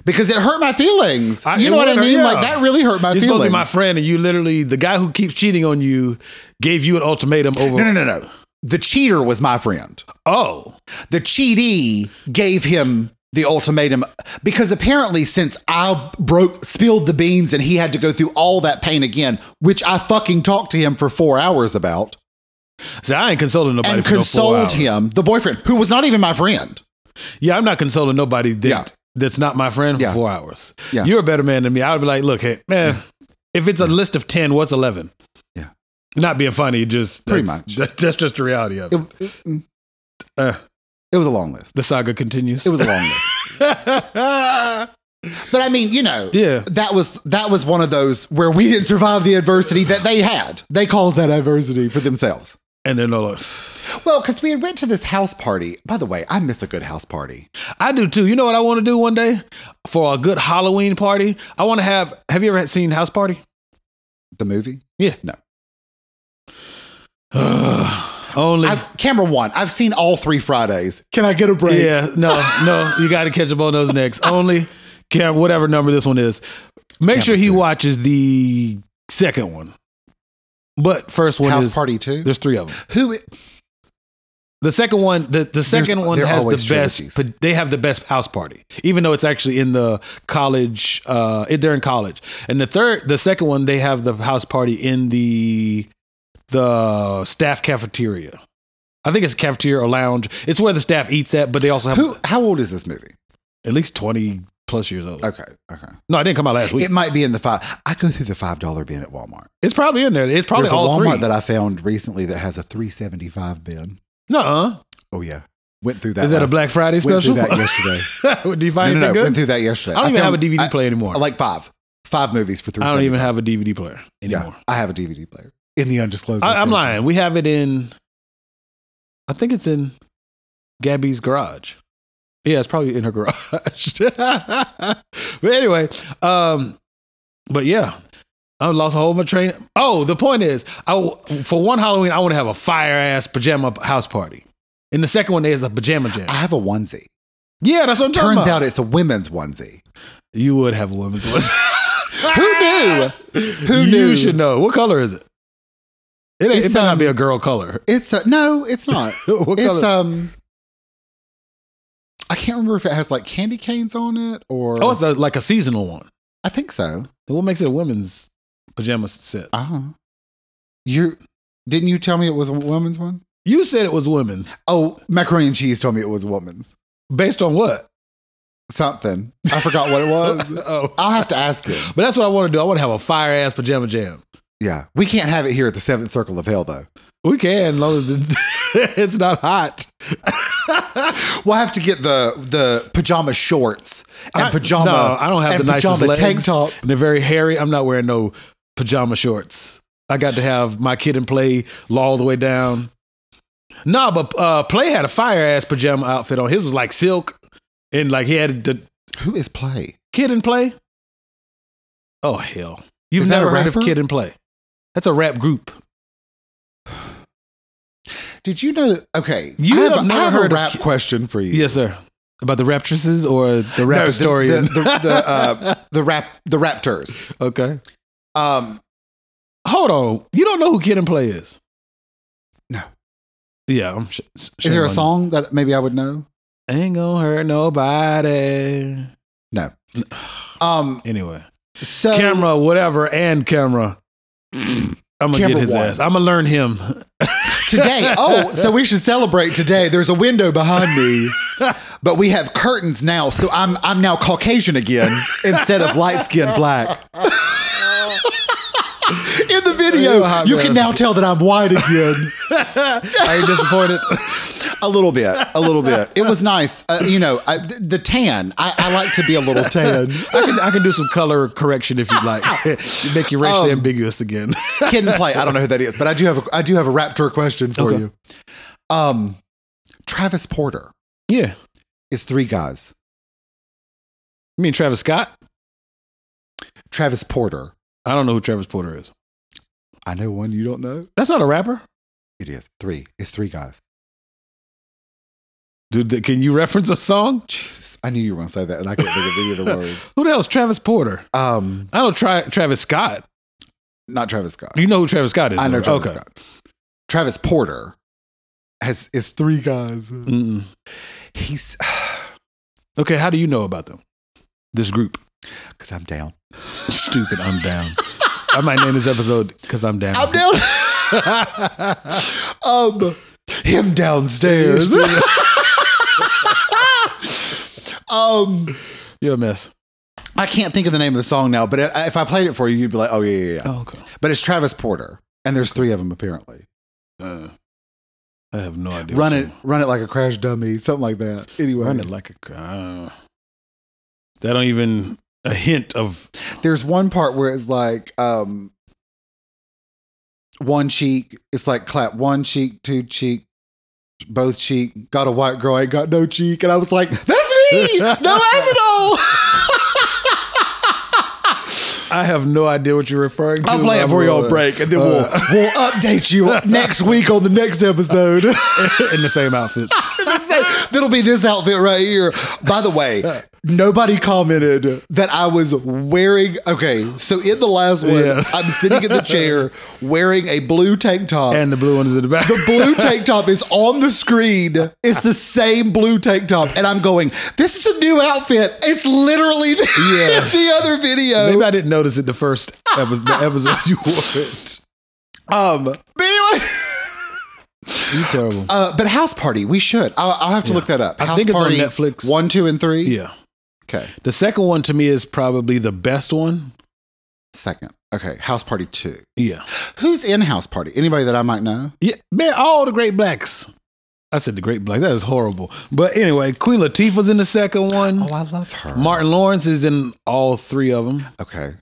S2: because it hurt my feelings.
S1: I-
S2: you
S1: it
S2: know what I
S1: would,
S2: mean?
S1: yeah.
S2: Like that really hurt my
S1: You're supposed to
S2: feelings.
S1: be my friend, and you literally the guy who keeps cheating on you gave you an ultimatum over.
S2: No, no, no, no. The cheater was my friend.
S1: Oh,
S2: The cheatee gave him the ultimatum because apparently, since I broke, spilled the beans, and he had to go through all that pain again, which I fucking talked to him for four hours about,
S1: so I ain't consoling nobody.
S2: and
S1: for no four
S2: consoled
S1: hours.
S2: him, the boyfriend, who was not even my friend.
S1: Yeah, I'm not consoling nobody that,
S2: Yeah.
S1: that's not my friend for
S2: Yeah.
S1: four hours.
S2: Yeah.
S1: You're a better man than me. I would be like, look, hey, man, if it's a list of 10, what's 11?
S2: Yeah.
S1: Not being funny, just
S2: Pretty
S1: that's-
S2: much.
S1: that- that's just the reality of it.
S2: It, it, mm,
S1: Uh,
S2: it was a long list.
S1: the saga continues.
S2: It was a long list. But I mean, you know.
S1: yeah.
S2: That was that was one of those where we didn't survive the adversity that they had. They caused that adversity for themselves.
S1: And then all like,
S2: Well, because we had went to this house party. By the way, I miss a good house party.
S1: I do too. You know what I want to do one day for a good Halloween party? I want to have. Have you ever had- seen House Party?
S2: The movie.
S1: Yeah.
S2: No.
S1: Only.
S2: I've, camera one. I've seen all three Fridays. Can I get a break?
S1: Yeah, no, no, you got to catch up on those next. Only Cam, whatever number this one is, make sure he
S2: two.
S1: watches the second one. But first one
S2: house
S1: is
S2: party two.
S1: there's three of them.
S2: Who?
S1: The second one, the, the second one
S2: they're
S1: has the
S2: always
S1: best.
S2: trilogies.
S1: But they have the best house party, even though it's actually in the college. Uh, it, they're in college, and the third, the second one, they have the house party in the the staff cafeteria. I think it's cafeteria or lounge. It's where the staff eats at, but they also have
S2: Who? How old is this movie?
S1: at least 20 plus years old.
S2: Okay. Okay.
S1: No, it didn't come out last week.
S2: It might be in the five. I go through the five dollar bin at Walmart.
S1: it's probably in there. It's probably
S2: There's a
S1: all
S2: Walmart
S1: three.
S2: that I found recently that has a three seventy five bin.
S1: Nuh-uh.
S2: Oh yeah. Went through that.
S1: Is that a
S2: last-
S1: Black Friday
S2: Went
S1: special?
S2: through that yesterday.
S1: Do you find
S2: no, no, no.
S1: anything
S2: Went
S1: good?
S2: through that yesterday.
S1: I don't even
S2: found-
S1: have a DVD
S2: I-
S1: player anymore.
S2: Like five. Five movies for three.
S1: I don't even have a DVD player anymore.
S2: Yeah, I have a DVD player in the undisclosed.
S1: I, I'm
S2: location.
S1: lying. We have it in, I think it's in Gabby's garage. Yeah, it's probably in her garage. but anyway, um, but yeah, I lost a whole my train. Oh, the point is, I w- for one Halloween I want to have a fire ass pajama house party. And the second one is a pajama jam.
S2: I have a onesie.
S1: Yeah, that's what I'm talking
S2: Turns
S1: about.
S2: out it's a women's onesie.
S1: you would have a women's one.
S2: Who knew? Who
S1: you
S2: knew?
S1: should know. What color is it? It, ain't- it
S2: It's,
S1: better
S2: um,
S1: not be a girl color.
S2: It's a, no, it's not.
S1: what color?
S2: it's um, I can't remember if it has like candy canes on it or
S1: Oh, it's a, like a seasonal one.
S2: I think so.
S1: Then What makes it a women's pajama set?
S2: I don't know. You didn't you tell me it was a woman's one?
S1: You said it was women's.
S2: Oh, macaroni and cheese told me it was a woman's
S1: Based on what?
S2: something. I forgot what it was.
S1: oh.
S2: I'll have to ask him.
S1: But that's what I want to do. I want to have a fire ass pajama jam.
S2: Yeah, we can't have it here at the Seventh Circle of Hell though.
S1: We can, as long as the, it's not hot.
S2: We'll have to get the the pajama shorts and
S1: I-
S2: pajama.
S1: No, I don't have
S2: and
S1: the nicest
S2: pajama
S1: legs.
S2: tank top.
S1: And they're very hairy. I'm not wearing no pajama shorts. I got to have my kid and play law all the way down. No, but uh, Play had a fire ass pajama outfit on. His was like silk, and like he had the
S2: Who is Play?
S1: Kid and Play. Oh hell, you've
S2: Is that
S1: never
S2: a
S1: heard of
S2: rapper?
S1: Kid and Play? That's a rap group.
S2: Did you know? Okay,
S1: You
S2: I have,
S1: have
S2: I
S1: never
S2: have
S1: heard
S2: a
S1: of
S2: rap
S1: Ki-
S2: question for you.
S1: Yes, sir. About the raptresses or the
S2: No,
S1: rap
S2: the-
S1: historian?
S2: The, the, the, uh, the rap the Raptors.
S1: okay,
S2: Um,
S1: hold on. You don't know who Kid and Play is?
S2: No.
S1: Yeah, I'm. Sh- sh-
S2: is there
S1: shame
S2: a
S1: on
S2: song that maybe I would know?
S1: you. Ain't gonna hurt nobody.
S2: Um,
S1: Anyway,
S2: so
S1: camera, whatever, and camera. I'm gonna
S2: Camera
S1: get his
S2: one.
S1: ass. I'm gonna learn him.
S2: today, oh, so we should celebrate today. There's a window behind me, but we have curtains now, so I'm I'm now Caucasian again instead of light skinned black. In the video,
S1: You're a hot
S2: you
S1: man.
S2: can now tell that I'm white again.
S1: Are you disappointed?
S2: A little bit, a little bit. It was nice, uh, you know. I, the, the tan, I, I like to be a little tan.
S1: I can I can do some color correction if you'd like. Make you racially
S2: Um,
S1: ambiguous again.
S2: Kid and play. I don't know who that is, but I do have a, I do have a Raptor question for
S1: Okay.
S2: you. Um, Travis Porter
S1: yeah,
S2: is three guys.
S1: me and Travis Scott.
S2: Travis Porter.
S1: I don't know who Travis Porter is.
S2: I know one you don't know.
S1: That's not a rapper.
S2: It is three. It's three guys.
S1: Dude, th- can you reference a song?
S2: Jesus, I knew you were going to say that, and I couldn't think of any of the words.
S1: Who the hell's Travis Porter?
S2: Um,
S1: I don't try Travis Scott.
S2: not Travis Scott.
S1: You know who Travis Scott is?
S2: I know
S1: though,
S2: Travis Scott. Travis Porter has is three guys.
S1: Mm-mm.
S2: He's
S1: Okay, how do you know about them? This group.
S2: because I'm down.
S1: Stupid. I'm down. I might name this episode because I'm down.
S2: I'm down. um, him downstairs. um,
S1: You're a mess.
S2: I can't think of the name of the song now, but i- if I played it for you, you'd be like, "Oh yeah, yeah, yeah."
S1: Oh, okay.
S2: But it's Travis Porter, and there's three of them apparently.
S1: Uh, I have no idea.
S2: Run
S1: what
S2: it, run it like a crash dummy, something like that. Anyway,
S1: Run it like a. cr- I don't know. That don't even a hint of.
S2: there's one part where it's like um one cheek it's like clap one cheek two cheek both cheek got a white girl ain't got no cheek and i was like that's me no all.
S1: I have no idea what you're referring to.
S2: i'll play it for you on
S1: Uh,
S2: break and then
S1: uh,
S2: we'll we'll update you next week on the next episode
S1: in the same outfits.
S2: that'll be this outfit right here by the way Nobody commented that I was wearing. Okay, so in the last one,
S1: Yes.
S2: I'm sitting in the chair wearing a blue tank top
S1: and the blue ones in the back.
S2: The blue tank top is on the screen. It's the same blue tank top. And I'm going, this is a new outfit. It's literally the,
S1: Yes.
S2: the other video.
S1: Maybe I didn't notice it the first episode, the episode you wore it.
S2: um, but anyway.
S1: You terrible.
S2: Uh, but House Party, we should. I'll, I'll have to look that up.
S1: I
S2: House
S1: think it's on
S2: Party
S1: Netflix.
S2: One, two, and three.
S1: Yeah.
S2: Okay.
S1: The second one to me is probably the best one.
S2: Second. Okay. House Party two.
S1: Yeah.
S2: Who's in House Party? Anybody that I might know?
S1: Yeah. Man, all the great blacks. I said the great black. That is horrible. But anyway, Queen Latifah's in the second one.
S2: Oh, I love her.
S1: Martin Lawrence is in all three of them.
S2: Okay.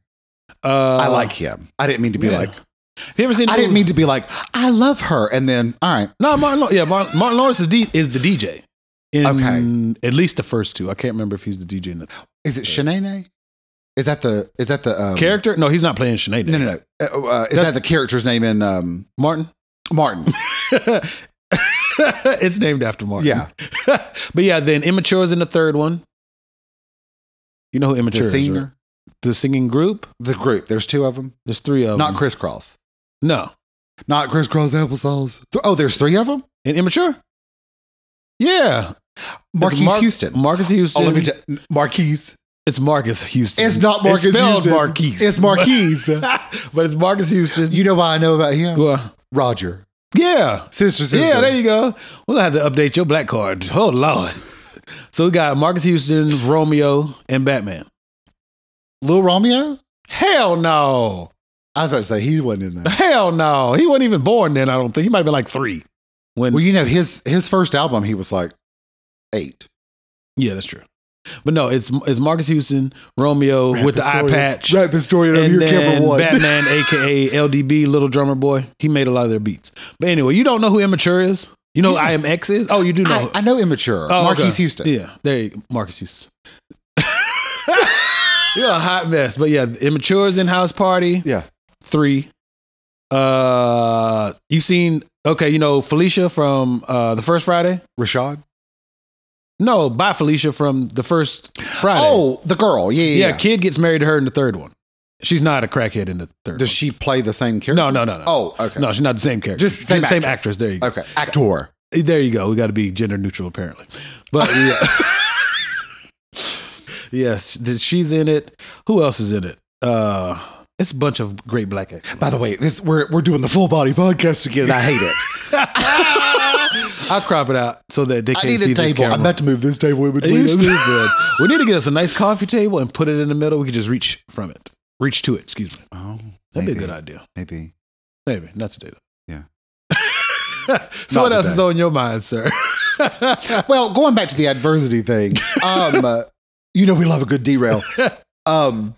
S1: Uh,
S2: I like him. I didn't mean to be
S1: yeah.
S2: like,
S1: Have you ever seen?
S2: I didn't mean to be like, I love her. And then, all right.
S1: No, Martin. Law- Yeah, Martin, Martin Lawrence is, D- is the DJ. In
S2: Okay.
S1: At least the first two. I can't remember if he's the DJ in the
S2: Is it Shanae? Is that the is that the um,
S1: character. No, he's not playing Sinead.
S2: No, no, no. Uh, uh, is that the character's name in um,
S1: Martin.
S2: Martin?
S1: it's named after Martin.
S2: Yeah.
S1: but yeah, then Immature is in the third one. You know who Immature
S2: the
S1: is?
S2: senior,
S1: right? The singing group.
S2: the group. There's two of them.
S1: There's three of
S2: Not
S1: them.
S2: crisscross.
S1: No.
S2: Not crisscross applesauce. Th- oh, there's three of them.
S1: And Immature? Yeah. It's
S2: Marquise
S1: Mar-
S2: Houston.
S1: Marcus Houston.
S2: oh, let me tell Marquise.
S1: it's Marcus Houston.
S2: It's not Marcus
S1: it's spelled
S2: Houston.
S1: Marquise.
S2: It's Marquise.
S1: but it's Marcus Houston.
S2: you know why I know about him?
S1: Well,
S2: Roger,
S1: yeah.
S2: sister, sister.
S1: Yeah, there you go. We'll have to update your black card. Oh, Lord. So we got Marcus Houston, Romeo, and Batman.
S2: Lil Romeo.
S1: Hell no.
S2: I was about to say he wasn't in there.
S1: Hell no. He wasn't even born then, I don't think. He might have been like three. When
S2: well, you know his his first album, he was like eight.
S1: Yeah, that's true. But no, it's it's Marcus Houston, Romeo with the eye
S2: Historian.
S1: patch.
S2: Rap historian over
S1: And
S2: here, camera
S1: then
S2: one.
S1: Batman, aka LDB, Little Drummer Boy. He made a lot of their beats. But anyway, you don't know who Immature is? You know,
S2: Yes.
S1: I am X is. Oh, you do know.
S2: I, I know immature.
S1: Oh,
S2: Marquise
S1: okay.
S2: Houston.
S1: Yeah, there you go. Marcus Houston. You're a hot mess, but yeah, immatures in house party
S2: Yeah.
S1: three. Uh, you seen okay? You know Felicia from uh the first Friday.
S2: Rashad.
S1: No, by Felicia from the first Friday.
S2: Oh, the girl. Yeah,
S1: yeah,
S2: yeah. yeah.
S1: kid gets married to her in the third one. She's not a crackhead in the third.
S2: Does
S1: one.
S2: she play the same character?
S1: No, no, no, no.
S2: Oh, okay.
S1: no, she's not the same character.
S2: Just
S1: She's
S2: same
S1: the same
S2: actress.
S1: actress. There you go.
S2: Okay. Actor.
S1: There you go. We got to be gender neutral, apparently. But yeah. yes, th- she's in it. Who else is in it? Uh, it's a bunch of great black actors.
S2: By the way, this we're we're doing the full body podcast again. and I hate it.
S1: I'll crop it out so that they
S2: I
S1: can't
S2: need
S1: see
S2: a
S1: this
S2: table.
S1: camera.
S2: I'm about to move this table in
S1: You
S2: between. us.
S1: stupid. we need to get us a nice coffee table and put it in the middle. We can just reach from it, reach to it. Excuse me.
S2: Oh,
S1: That'd be
S2: Maybe.
S1: a good idea.
S2: maybe.
S1: Maybe not today.
S2: Yeah.
S1: Though. Yeah. so
S2: Not
S1: what else
S2: today.
S1: is on your mind, sir?
S2: Well, going back to the adversity thing, um, uh, you know we love a good derail. Um,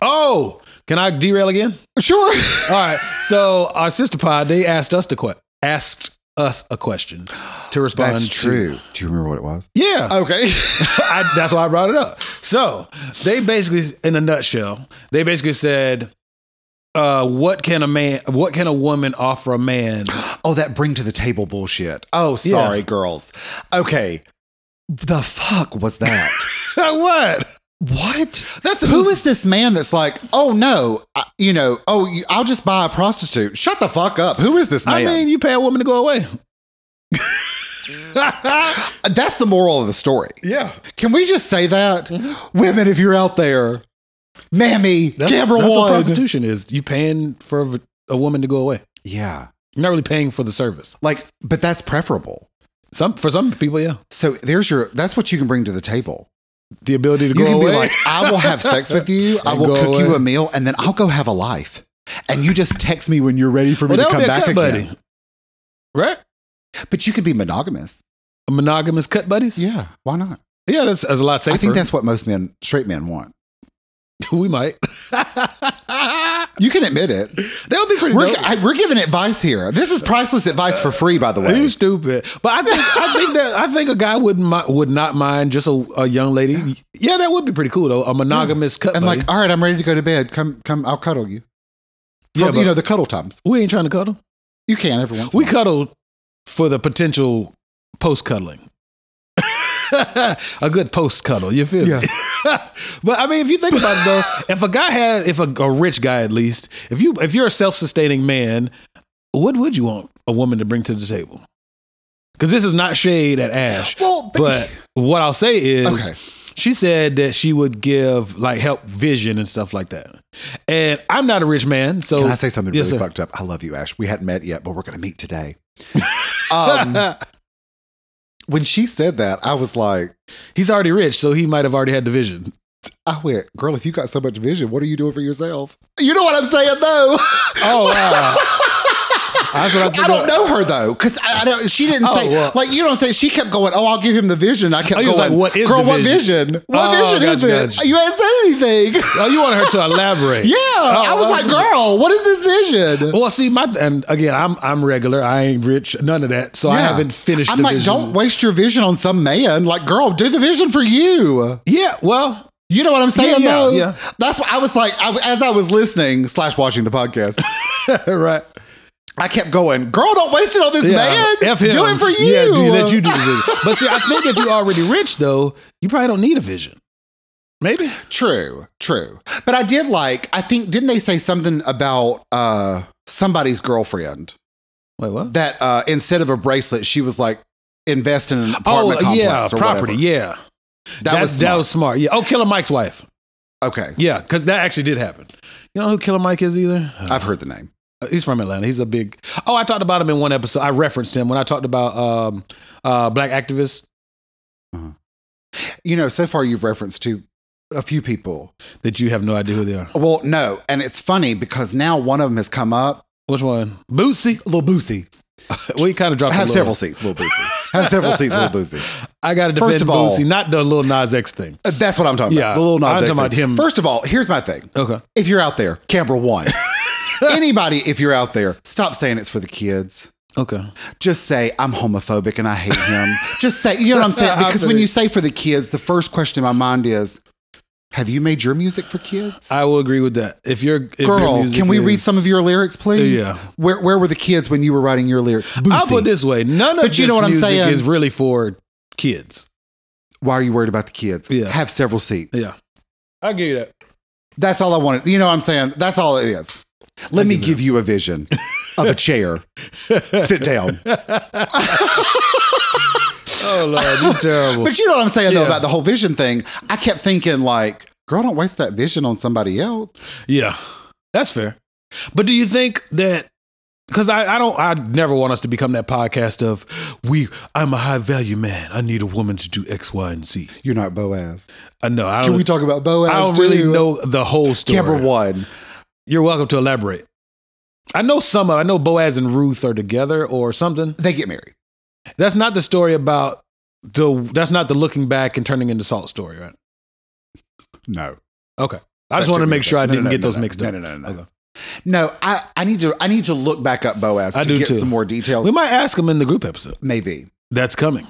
S1: oh, can I derail again?
S2: sure.
S1: All right. So our sister pod, they asked us to que- asked us a question to respond.
S2: That's
S1: to-
S2: true. Do you remember what it was?
S1: Yeah,
S2: Okay.
S1: I, that's why I brought it up. So they basically, in a nutshell, they basically said, uh, "What can a man? What can a woman offer a man?"
S2: Oh, that bring to the table bullshit. Oh,
S1: Yeah.
S2: sorry, girls. Okay. The fuck was that?
S1: what?
S2: what?
S1: That's
S2: Who is this man that's like, oh no, I, you know, oh, you- I'll just buy a prostitute. Shut the fuck up. Who is this man?
S1: I mean, you pay a woman to go away.
S2: that's the moral of the story.
S1: yeah,
S2: Can we just say that? Women, if you're out there, mammy,
S1: Mm-hmm. that's,
S2: camera
S1: that's what
S2: one.
S1: prostitution is. You paying for a woman to go away.
S2: Yeah.
S1: You're not really paying for the service.
S2: Like, but that's preferable.
S1: Some for some people, yeah,
S2: So there's your, that's what you can bring to the table.
S1: the ability to
S2: you
S1: go
S2: can
S1: away.
S2: be like, I will have sex with you. I
S1: And
S2: will
S1: go
S2: cook you
S1: away.
S2: a meal, and then I'll go have a life. And you just text me when you're ready for me
S1: Well,
S2: to come
S1: that would be a
S2: back
S1: cut
S2: again.
S1: buddy, right?
S2: But you could be monogamous.
S1: A monogamous cut buddies. Yeah,
S2: Yeah, why not?
S1: that's, that's a lot safer.
S2: I think that's what most men, straight men, want.
S1: we might.
S2: You can admit it.
S1: that would be pretty.
S2: We're,
S1: dope.
S2: I, we're giving advice here. This is priceless advice for free, by the way.
S1: Uh, You stupid, but I think I think that I think a guy wouldn't mi- would not mind just a, a young lady. Yeah. that would be pretty cool though. A monogamous cut
S2: And
S1: buddy.
S2: like, all right, I'm ready to go to bed. Come, come, I'll cuddle you.
S1: Yeah,
S2: From,
S1: but-
S2: you know the cuddle times.
S1: we ain't trying to cuddle.
S2: You can every once. in
S1: We
S2: a while.
S1: cuddle for the potential post cuddling. a good post cuddle, you feel me? but I mean, if you think about it though, if a guy has, if a, a rich guy at least, if you if you're a self sustaining man, what would you want a woman to bring to the table? Because this is not shade at Ash.
S2: Well,
S1: But what I'll say is,
S2: Okay.
S1: she said that she would give like help vision and stuff like that. And I'm not a rich man, so
S2: Can I say something
S1: oh, Yes,
S2: really
S1: sir.
S2: fucked up? I love you, Ash. We hadn't met yet, but we're going to meet today. um, when she said that, I was like,
S1: He's already rich, so he might have already had the vision.
S2: I went, girl, if you got so much vision, what are you doing for yourself? You know what I'm saying, though.
S1: Oh wow! That's what I'm
S2: I
S1: thinking.
S2: don't know her though, because I, I don't. She didn't
S1: Oh,
S2: say
S1: well.
S2: like you know what I'm saying. She kept going. Oh, I'll give him the vision. I kept
S1: Oh, you
S2: going.
S1: was like, what is
S2: girl?
S1: the
S2: what
S1: vision?
S2: vision? What
S1: Oh,
S2: vision is
S1: gotcha,
S2: it?
S1: gotcha.
S2: You haven't said anything.
S1: Oh, you want her to elaborate?
S2: yeah, I was
S1: Oh, well,
S2: like, girl, what is this vision?
S1: Well, see, my and again, I'm I'm regular. I ain't rich, none of that. So I
S2: Yeah.
S1: haven't finished.
S2: I'm
S1: the
S2: like,
S1: vision.
S2: don't waste your vision on some man. Like, girl, do the vision for you.
S1: Yeah, well,
S2: You know what I'm saying?
S1: yeah,
S2: though?
S1: yeah.
S2: That's what I was like. I, as I was listening slash watching the podcast,
S1: right.
S2: I kept going, "Girl, don't waste it on this man.
S1: F him.
S2: do it for you.
S1: Yeah, do that. You do the vision. But see, I think if you're already rich, though, you probably don't need a vision. Maybe.
S2: True, true. But I did like. I think didn't they say something about uh somebody's girlfriend
S1: Wait, what?
S2: that uh instead of a bracelet, she was like invest in an
S1: Oh,
S2: apartment
S1: yeah,
S2: complex or
S1: property.
S2: whatever.
S1: Yeah,
S2: That,
S1: That-
S2: was
S1: that
S2: smart.
S1: was smart. Yeah. Oh, Killer Mike's wife.
S2: okay.
S1: Yeah, because that actually did happen. You know who Killer Mike is either?
S2: I've heard the name.
S1: Uh, He's from Atlanta. He's a big. Oh, I talked about him in one episode. I referenced him when I talked about um, uh, black activists.
S2: You know, so far you've referenced to a few people.
S1: That you have no idea who they are.
S2: Well, no, and it's funny because now one of them has come up.
S1: Which one? Bootsy.
S2: Lil Boosie.
S1: We kind of dropped.
S2: I
S1: a
S2: have several
S1: little.
S2: seats, Lil Boosie. have several seats, Lil Boosie.
S1: I got to defend
S2: First of all-
S1: Bootsy, not the little Nas X thing.
S2: Uh, That's what I'm talking
S1: Yeah,
S2: about. The Lil Nas
S1: I'm
S2: X
S1: talking about
S2: thing.
S1: him.
S2: First of all, here's my thing.
S1: Okay.
S2: If you're out there, Canberra one. Anybody, if you're out there, stop saying it's for the kids.
S1: Okay.
S2: Just say I'm homophobic and I hate him. Just say, you know what I'm saying? Because when you say for the kids, the first question in my mind is, have you made your music for kids?
S1: I will agree with that. If you're if your
S2: Girl,
S1: music
S2: can we read
S1: is-
S2: some of your lyrics, please?
S1: Yeah.
S2: Where Where were the kids when you were writing your lyrics?
S1: I'll
S2: Boosie.
S1: put it this way. None of
S2: But you know
S1: this
S2: what I'm
S1: music
S2: saying.
S1: is really for kids.
S2: Why are you worried about the kids?
S1: Yeah.
S2: Have several seats.
S1: Yeah. I'll give you that.
S2: That's all I wanted. You know what I'm saying? That's all it is. Let me give you a vision of a chair. Sit down.
S1: Oh Lord, you're terrible.
S2: But you know what I'm saying though
S1: Yeah.
S2: about the whole vision thing. I kept thinking like, girl, don't waste that vision on somebody else.
S1: Yeah, that's fair. But do you think that? Because I, I don't, I never want us to become that podcast of we. I'm a high value man. I need a woman to do X, Y, and Z.
S2: You're not Boaz.
S1: I know. I
S2: Can
S1: don't.
S2: we talk about Boaz?
S1: I don't
S2: too?
S1: really know the whole story.
S2: Camera one.
S1: You're welcome to elaborate. I know some of. I know Boaz and Ruth are together or something.
S2: They get married.
S1: That's not the story about the. That's not the looking back and turning into salt story, right?
S2: No.
S1: Okay. I just
S2: That
S1: wanted to
S2: took me
S1: make
S2: a
S1: sure I
S2: second. No, no, no,
S1: didn't get
S2: no,
S1: those
S2: no.
S1: mixed
S2: No,
S1: up.
S2: no, no, no.
S1: Okay.
S2: No, I, I need to I need to look back up Boaz
S1: I
S2: to
S1: do
S2: get
S1: too.
S2: some more details.
S1: We might ask them in the group episode.
S2: Maybe.
S1: That's coming.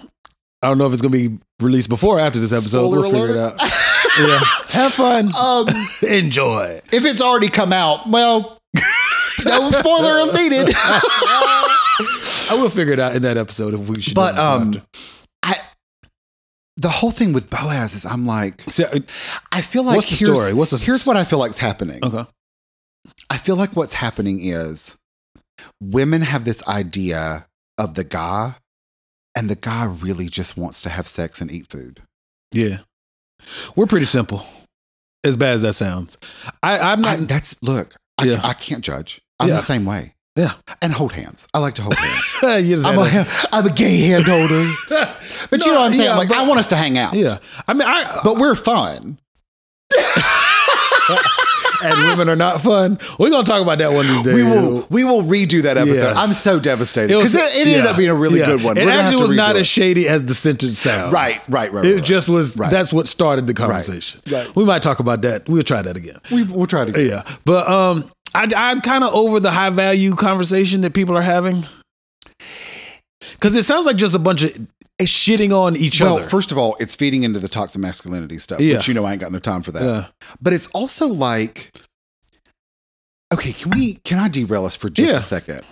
S1: I don't know if it's going to be released before or after this episode.
S2: Spoiler
S1: we'll figure it
S2: alert.
S1: out. yeah. Have fun.
S2: Um
S1: Enjoy.
S2: if it's already come out, well no spoiler needed.
S1: I will figure it out in that episode if we should. do
S2: But
S1: it
S2: um
S1: after.
S2: I the whole thing with Boaz is I'm like
S1: See, I-
S2: I feel like
S1: What's the
S2: here's-
S1: story? What's the s-
S2: here's what I feel like's happening.
S1: okay.
S2: I feel like what's happening is women have this idea of the guy, and the guy really just wants to have sex and eat food.
S1: Yeah. We're pretty simple. As bad as that sounds. I, I'm
S2: I,
S1: not.
S2: that's look, I,
S1: Yeah.
S2: I can't judge. I'm
S1: Yeah.
S2: the same way.
S1: Yeah.
S2: And hold hands. I like to hold hands.
S1: you just
S2: I'm,
S1: had
S2: a, I'm a gay hand holder.
S1: that.
S2: But you know what I'm saying?
S1: Yeah,
S2: like,
S1: but-
S2: I want us to hang out.
S1: yeah. I mean, I,
S2: But we're fun.
S1: and women are not fun. We're going to talk about that one of these days.
S2: We will we will redo that episode.
S1: Yes.
S2: I'm so devastated.
S1: It was-
S2: Because it, it ended
S1: yeah,
S2: up being a really
S1: yeah.
S2: good one.
S1: It
S2: gonna
S1: actually
S2: have to
S1: was
S2: redo
S1: not
S2: it.
S1: as shady as the sentence sounds.
S2: Right, right, right, right,
S1: It
S2: right.
S1: just was.
S2: Right.
S1: That's what started the conversation.
S2: right.
S1: We might talk about that. We'll try that again.
S2: We, we'll try to.
S1: Yeah, but um, I, I'm kind of over the high value conversation that people are having because it sounds like just a bunch of shitting on each
S2: Well,
S1: other.
S2: first of all, it's feeding into the toxic masculinity stuff,
S1: Yeah.
S2: which you know I ain't got no time for that.
S1: yeah.
S2: But it's also like, okay, can we? Can I derail us for just
S1: Yeah.
S2: a second?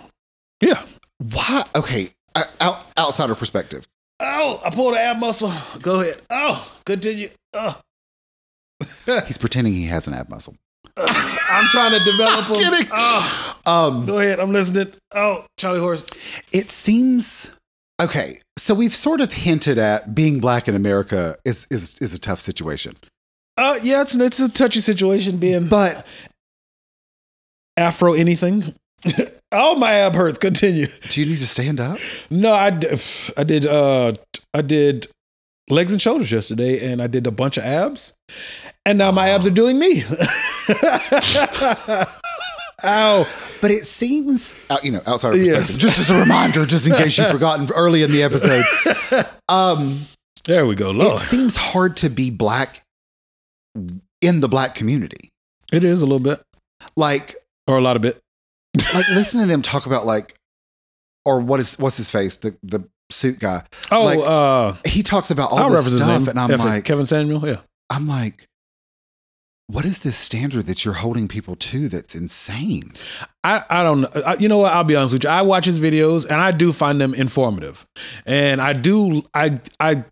S1: yeah.
S2: Why? Okay, o- out, outsider perspective.
S1: Oh, I pulled an ab muscle. Go ahead. Oh, continue. Oh,
S2: He's pretending he has an ab muscle.
S1: I'm trying to develop.
S2: I'm
S1: them.
S2: kidding.
S1: Oh,
S2: Um,
S1: go ahead. I'm listening. Oh, Charlie Horse.
S2: it seems okay. So we've sort of hinted at being black in America is is is a tough situation,
S1: Uh, yeah, it's it's a touchy situation being
S2: but
S1: Afro anything. oh, my ab hurts. Continue.
S2: do you need to stand up?
S1: No, I d- I did uh I did legs and shoulders yesterday, and I did a bunch of abs, and now my abs are doing me. Ow!
S2: But it seems, out you know, outside of
S1: Yes.
S2: perspective, just as a reminder, just in case you've forgotten early in the episode. Um,
S1: There we go.
S2: it
S1: Lord,
S2: seems hard to be black in the black community.
S1: it is a little bit
S2: Like,
S1: or a lot of bit.
S2: like listen to them talk about like, or what is what's his face the the suit guy.
S1: Oh,
S2: Like,
S1: uh,
S2: He talks about all
S1: I'll reference
S2: this
S1: his
S2: stuff,
S1: name.
S2: and I'm
S1: Effort.
S2: like,
S1: Kevin Samuel. Yeah,
S2: I'm like, what is this standard that you're holding people to? That's insane.
S1: I, I don't know. I, you know what? I'll be honest with you. I watch his videos and I do find them informative. And I do, I, I,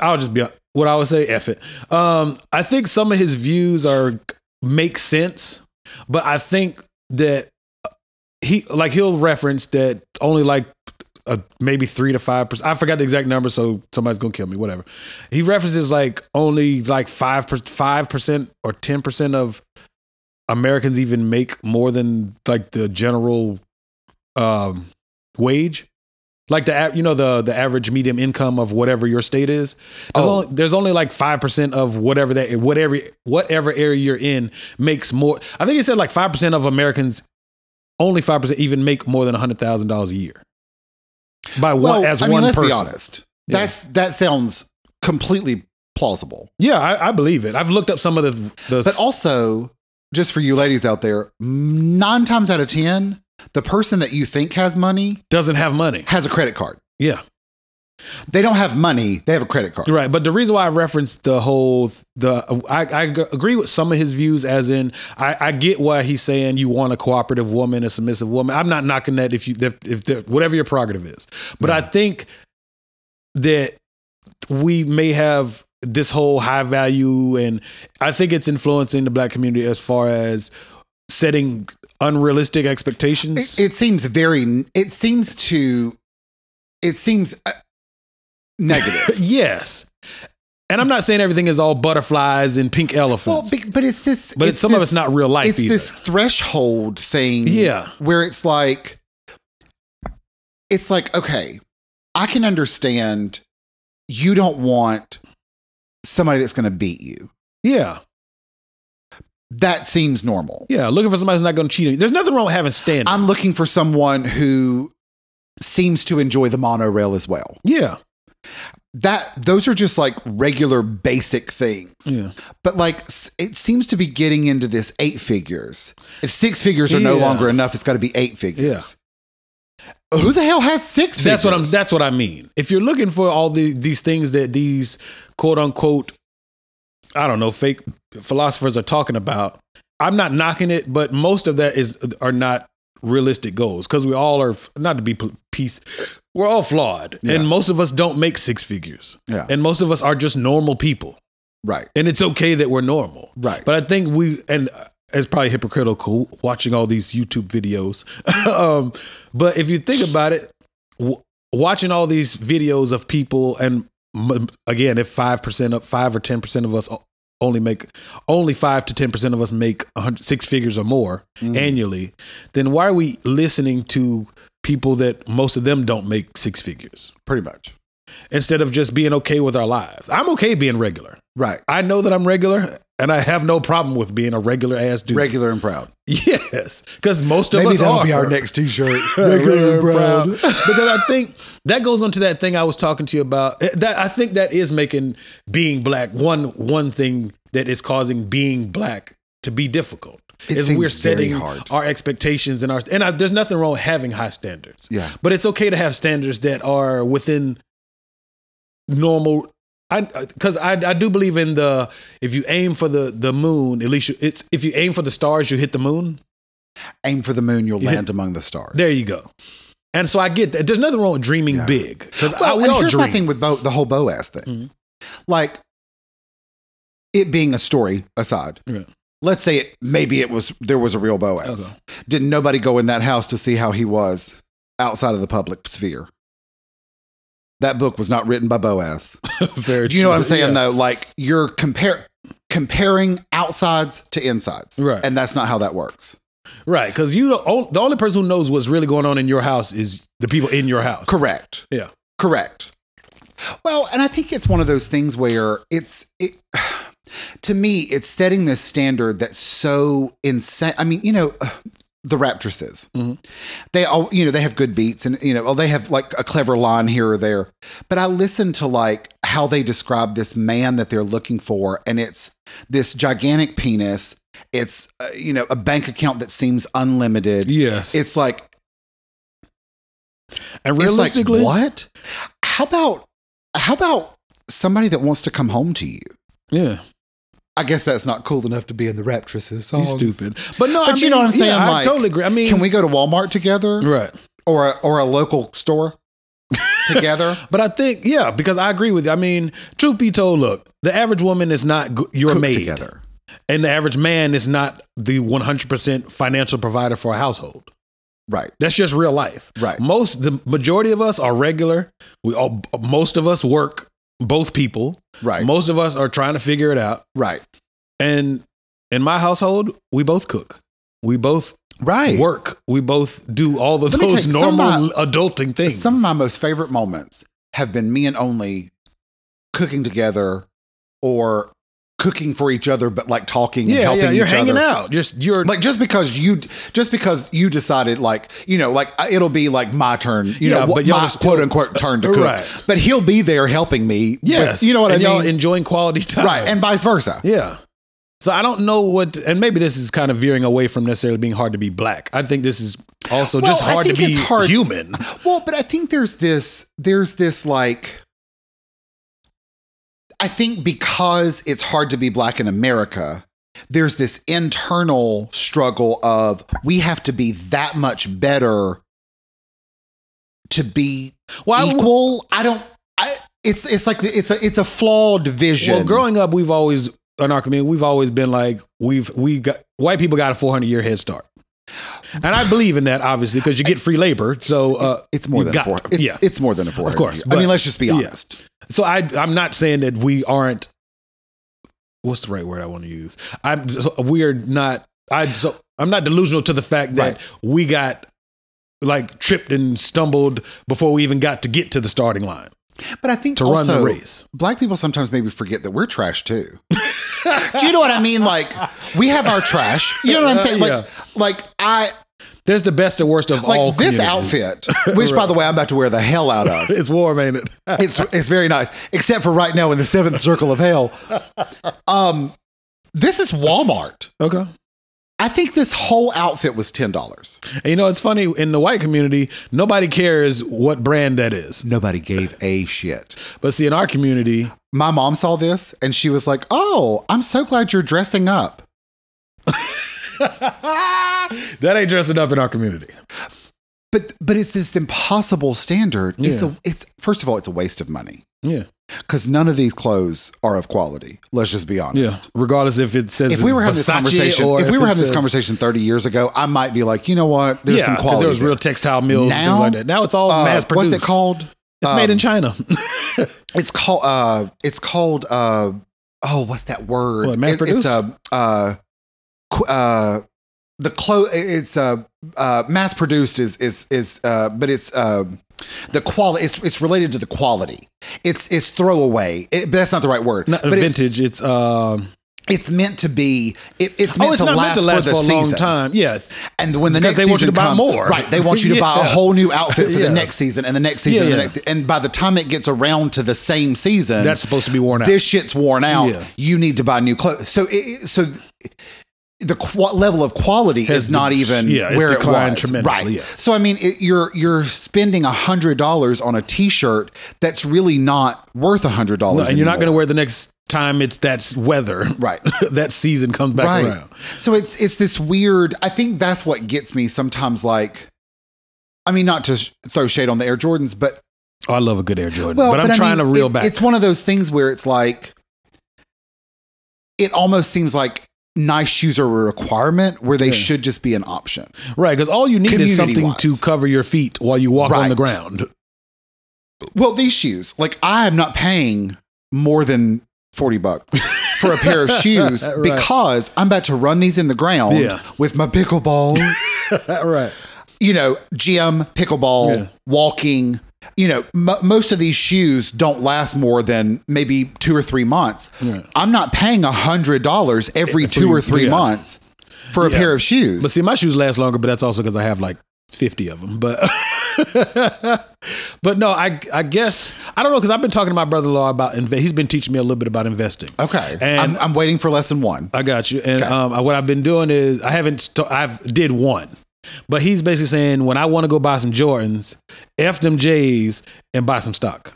S1: I'll just be what I would say, F it. Um, I think some of his views are make sense, but I think that he, like, he'll reference that only like uh, maybe three to five percent. I forgot the exact number, so somebody's gonna kill me. Whatever. He references like only like five five percent or ten percent of Americans even make more than like the general um wage like the a- you know the the average medium income of whatever your state is there's
S2: Oh.
S1: only there's only like 5% of whatever that whatever whatever area you're in makes more i think he said like 5% of americans only 5% even make more than $100,000 a year by one as
S2: I mean,
S1: one
S2: let's
S1: person
S2: be honest.
S1: Yeah.
S2: That's that sounds completely plausible.
S1: yeah I, I believe it i've looked up some of the the
S2: But also, just for you ladies out there, nine times out of 10, The person that you think has money
S1: Doesn't have money.
S2: has a credit card.
S1: Yeah.
S2: They don't have money, they have a credit card.
S1: Right, but the reason why I referenced the whole the I, I g- agree with some of his views, as in I, I get why he's saying you want a cooperative woman, a submissive woman. I'm not knocking that if you if, if the, whatever your prerogative is, but I think that we may have this whole high value, and I think it's influencing the black community as far as setting unrealistic expectations.
S2: It, it seems very, it seems to, it seems uh, negative.
S1: yes, and I'm not saying everything is all butterflies and pink elephants.
S2: well, be- but it's this,
S1: But some of
S2: this-
S1: it's not real life
S2: It's
S1: either.
S2: this threshold thing.
S1: Yeah.
S2: Where it's like, it's like, okay, I can understand you don't want somebody that's going to beat you.
S1: yeah,
S2: That seems normal.
S1: yeah. Looking for somebody who's not going to cheat. on you. There's nothing wrong with having standards.
S2: I'm looking for someone who seems to enjoy the monorail as well.
S1: yeah,
S2: That those are just like regular basic things.
S1: yeah.
S2: But like s- it seems to be getting into this eight figures. If six figures are no
S1: Yeah.
S2: longer enough, it's got to be eight figures. Who the hell has six figures?
S1: That's what I'm. That's what I mean. If you're looking for all the, these things that these quote unquote, I don't know, fake philosophers are talking about, I'm not knocking it, but most of that is are not realistic goals because we all are not to be p- peace. We're all flawed,
S2: Yeah.
S1: and most of us don't make six figures,
S2: Yeah.
S1: and most of us are just normal people,
S2: right.
S1: and it's okay that we're normal.
S2: Right.
S1: But I think we and it's probably hypocritical watching all these YouTube videos. um, but if you think about it, w- watching all these videos of people and m- again, if five percent of five or ten percent of us o- only make only five to ten percent of us make a hundred- six figures or more annually, then why are we listening to people that most of them don't make six figures
S2: Pretty much.
S1: instead of just being okay with our lives? I'm okay being regular.
S2: Right.
S1: I know that I'm regular and I have no problem with being a regular ass dude.
S2: Regular and proud.
S1: yes, because most of
S2: Maybe
S1: us
S2: that'll
S1: are.
S2: be our next T-shirt.
S1: Regular and proud. because I think that goes on to that thing I was talking to you about. Eh, That I think that is making being black one one thing that is causing being black to be difficult.
S2: It
S1: is
S2: seems
S1: we're
S2: very
S1: setting
S2: hard.
S1: our expectations and our and I, there's nothing wrong with having high standards.
S2: Yeah.
S1: but it's okay to have standards that are within normal. I because I, I do believe in the if you aim for the the moon at least you, it's if you aim for the stars you hit the moon
S2: Aim for the moon, you'll
S1: Yeah.
S2: land among the stars.
S1: there you go. And so I get that. There's nothing wrong with dreaming
S2: Yeah.
S1: big because
S2: Well,
S1: we
S2: and
S1: all
S2: here's my
S1: dream.
S2: thing with Bo, the whole Boaz thing.
S1: Mhm.
S2: Like it being a story aside.
S1: Yeah.
S2: Let's say it, maybe it was there was a real Boaz.
S1: Okay.
S2: Did nobody go in that house to see how he was outside of the public sphere? That book was not written by Boaz.
S1: Very
S2: Do you know
S1: true.
S2: what I'm saying
S1: Yeah.
S2: though? Like you're compare comparing outsides to insides,
S1: Right.
S2: And that's not how that works.
S1: Right, because you don't- o- the only person who knows what's really going on in your house is the people in your house.
S2: Correct.
S1: Yeah.
S2: Correct. Well, and I think it's one of those things where it's it to me it's setting this standard that's so insane. I mean, you know, the Raptresses.
S1: Mhm.
S2: They all, you know, they have good beats and you know, oh, they have like a clever line here or there. But I listened to like how they describe this man that they're looking for and it's this gigantic penis. It's uh, you know, a bank account that seems unlimited.
S1: Yes,
S2: It's like
S1: and
S2: it's like,
S1: realistically,
S2: what? How about how about somebody that wants to come home to you?
S1: yeah,
S2: I guess that's not cool enough to be in the Raptresses.
S1: you
S2: Songs.
S1: stupid. But no,
S2: But
S1: I
S2: you
S1: mean,
S2: know what I'm
S1: yeah,
S2: saying,
S1: I
S2: like,
S1: totally agree. I mean,
S2: Can we go to Walmart together
S1: right?
S2: or a, or a local store together?
S1: But I think yeah, because I agree with you. I mean, truth be told, look, the average woman is not g- your
S2: Cook
S1: maid,
S2: together.
S1: and the average man is not the 100 percent financial provider for a household.
S2: Right.
S1: That's just real life.
S2: Right.
S1: Most the majority of us are regular. We all most of us work. Both people.
S2: Right.
S1: Most of us are trying to figure it out.
S2: right.
S1: And in my household, we both cook. We both
S2: Right.
S1: work. We both do all of
S2: Let me
S1: those
S2: tell you, some of
S1: normal adulting things.
S2: Some of my most favorite moments have been me and only cooking together or cooking for each other, but like talking and
S1: yeah,
S2: helping
S1: yeah, you're
S2: each
S1: hanging
S2: other.
S1: out. You're you're
S2: like just because you just because you decided like you know like uh, it'll be like my turn you
S1: Yeah,
S2: know what
S1: but y'all
S2: my
S1: are still-
S2: quote unquote turn to cook
S1: Right.
S2: but he'll be there helping me with-
S1: yes.
S2: you know what
S1: and
S2: i
S1: y'all
S2: mean
S1: enjoying quality time.
S2: right and vice versa
S1: yeah. So I don't know what, and maybe this is kind of veering away from necessarily being hard to be black. I think this is also
S2: Well,
S1: just
S2: I
S1: hard to
S2: think
S1: be
S2: it's hard-
S1: human.
S2: Well, but I think there's this there's this like I think because it's hard to be black in America, there's this internal struggle of we have to be that much better to be
S1: Well, I-
S2: equal. I don't I it's it's like the- it's a it's a flawed vision.
S1: Well, growing up, we've always in our community, we've always been like we've we got white people got a 400 year head start, and I believe in that obviously because you get free labor. So, uh,
S2: it's more
S1: you
S2: than a
S1: got-
S2: four. It's,
S1: yeah.
S2: it's more than a four.
S1: course,
S2: I mean,
S1: but-
S2: let's just be
S1: yeah.
S2: honest.
S1: so I I'm not saying that we aren't. What's the right word I want to use? I'm so we are not. I so I'm not delusional to the fact that
S2: Right.
S1: we got like tripped and stumbled before we even got to get to the starting line
S2: But I think
S1: to
S2: also,
S1: run the race.
S2: black people sometimes maybe forget that we're trash too. Do you know what I mean? Like we have our trash. You know what I'm saying? Like,
S1: Uh, Yeah.
S2: like I
S1: There's the best and worst of
S2: like
S1: all.
S2: this
S1: communities.
S2: outfit, which by the way I'm about to wear the hell out of.
S1: It's warm, ain't it?
S2: It's it's very nice, except for right now in the seventh circle of hell. Um, this is Walmart.
S1: Okay.
S2: I think this whole outfit was ten dollars.
S1: And you know, it's funny in the white community, nobody cares what brand that is.
S2: Nobody gave a shit.
S1: But see, in our community,
S2: My mom saw this and she was like, "Oh, I'm so glad you're dressing up."
S1: that ain't dressing up in our community.
S2: But but it's this impossible standard. It's
S1: Yeah.
S2: a it's first of all, it's a waste of money
S1: Yeah.
S2: because none of these clothes are of quality. Let's just be honest.
S1: Yeah. Regardless if it says
S2: If we were having this
S1: Versace
S2: conversation,
S1: or
S2: if we were
S1: it
S2: having this
S1: says-
S2: conversation 30 years ago, I might be like, you know what? There's
S1: yeah,
S2: some
S1: 'cause
S2: quality.
S1: there was real
S2: there.
S1: textile mills and
S2: Now,
S1: things like that. Now it's all
S2: Uh,
S1: mass produced.
S2: what's it called?
S1: It's made in
S2: Um,
S1: China.
S2: It's called. Uh, it's called. Uh, oh, what's that word?
S1: What, mass
S2: It- it's a. Uh, qu- uh, the clo- It's a uh, mass produced. Is is is. Uh, but it's. Uh, the quality. It's it's related to the quality. It's it's throwaway. It, but that's not the right word.
S1: Not
S2: but It's, uh,
S1: vintage. It's, um
S2: it's meant to be. It, it's meant
S1: oh, it's
S2: to
S1: not
S2: last
S1: meant to last
S2: for
S1: for,
S2: the
S1: a
S2: season.
S1: long time. Yes.
S2: And when the next
S1: Because they
S2: season
S1: want you to buy
S2: comes-
S1: more.
S2: right? They want you to buy a
S1: Yeah.
S2: whole new outfit for
S1: Yeah.
S2: the next season, and the next season,
S1: Yeah,
S2: and the
S1: yeah.
S2: next. se- And by the time it gets around to the same season,
S1: That's supposed to be worn out.
S2: this shit's worn out.
S1: Yeah.
S2: You need to buy new clothes. So, it, so the qu- level of quality
S1: Has
S2: is not
S1: de-
S2: even
S1: yeah, it's
S2: where it
S1: declined
S2: was.
S1: tremendously,
S2: right.
S1: yeah.
S2: So, I mean, it, you're you're spending a hundred dollars on a T-shirt that's really not worth a hundred dollars,
S1: and you're not going to wear the next time it's that's weather.
S2: Right.
S1: that season comes back around.
S2: So it's it's this weird. I think that's what gets me sometimes. Like, I mean, not to sh- throw shade on the Air Jordans, but
S1: Oh, I love a good Air Jordan,
S2: well,
S1: but I'm
S2: I
S1: trying
S2: mean,
S1: to reel
S2: it-
S1: back.
S2: It's one of those things where it's like, it almost seems like nice shoes are a requirement where they
S1: Yeah.
S2: should just be an option.
S1: right, because all you need is something
S2: community-wise.
S1: to cover your feet while you walk on the
S2: Right.
S1: ground.
S2: Well, these shoes, like I am not paying more than forty bucks. For a pair of shoes,
S1: Right.
S2: because I'm about to run these in the ground
S1: Yeah.
S2: with my pickleball.
S1: right.
S2: you know, gym, pickleball,
S1: Yeah.
S2: walking. You know, mo most of these shoes don't last more than maybe two or three months.
S1: Yeah.
S2: I'm not paying a hundred dollars every
S1: Three-
S2: two or three
S1: yeah.
S2: months for a
S1: Yeah.
S2: pair of shoes.
S1: But see, my shoes last longer, but that's also because I have like 50 of them. But but no, I I guess I don't know because I've been talking to my brother-in-law about inve- he's been teaching me a little bit about investing.
S2: okay,
S1: And-
S2: I'm, I'm waiting for lesson one.
S1: I got you. And
S2: Okay.
S1: um, I- what I've been doing is I haven't. St- I've did one, but he's basically saying when I want to go buy some Jordans, f them J's and buy some stock,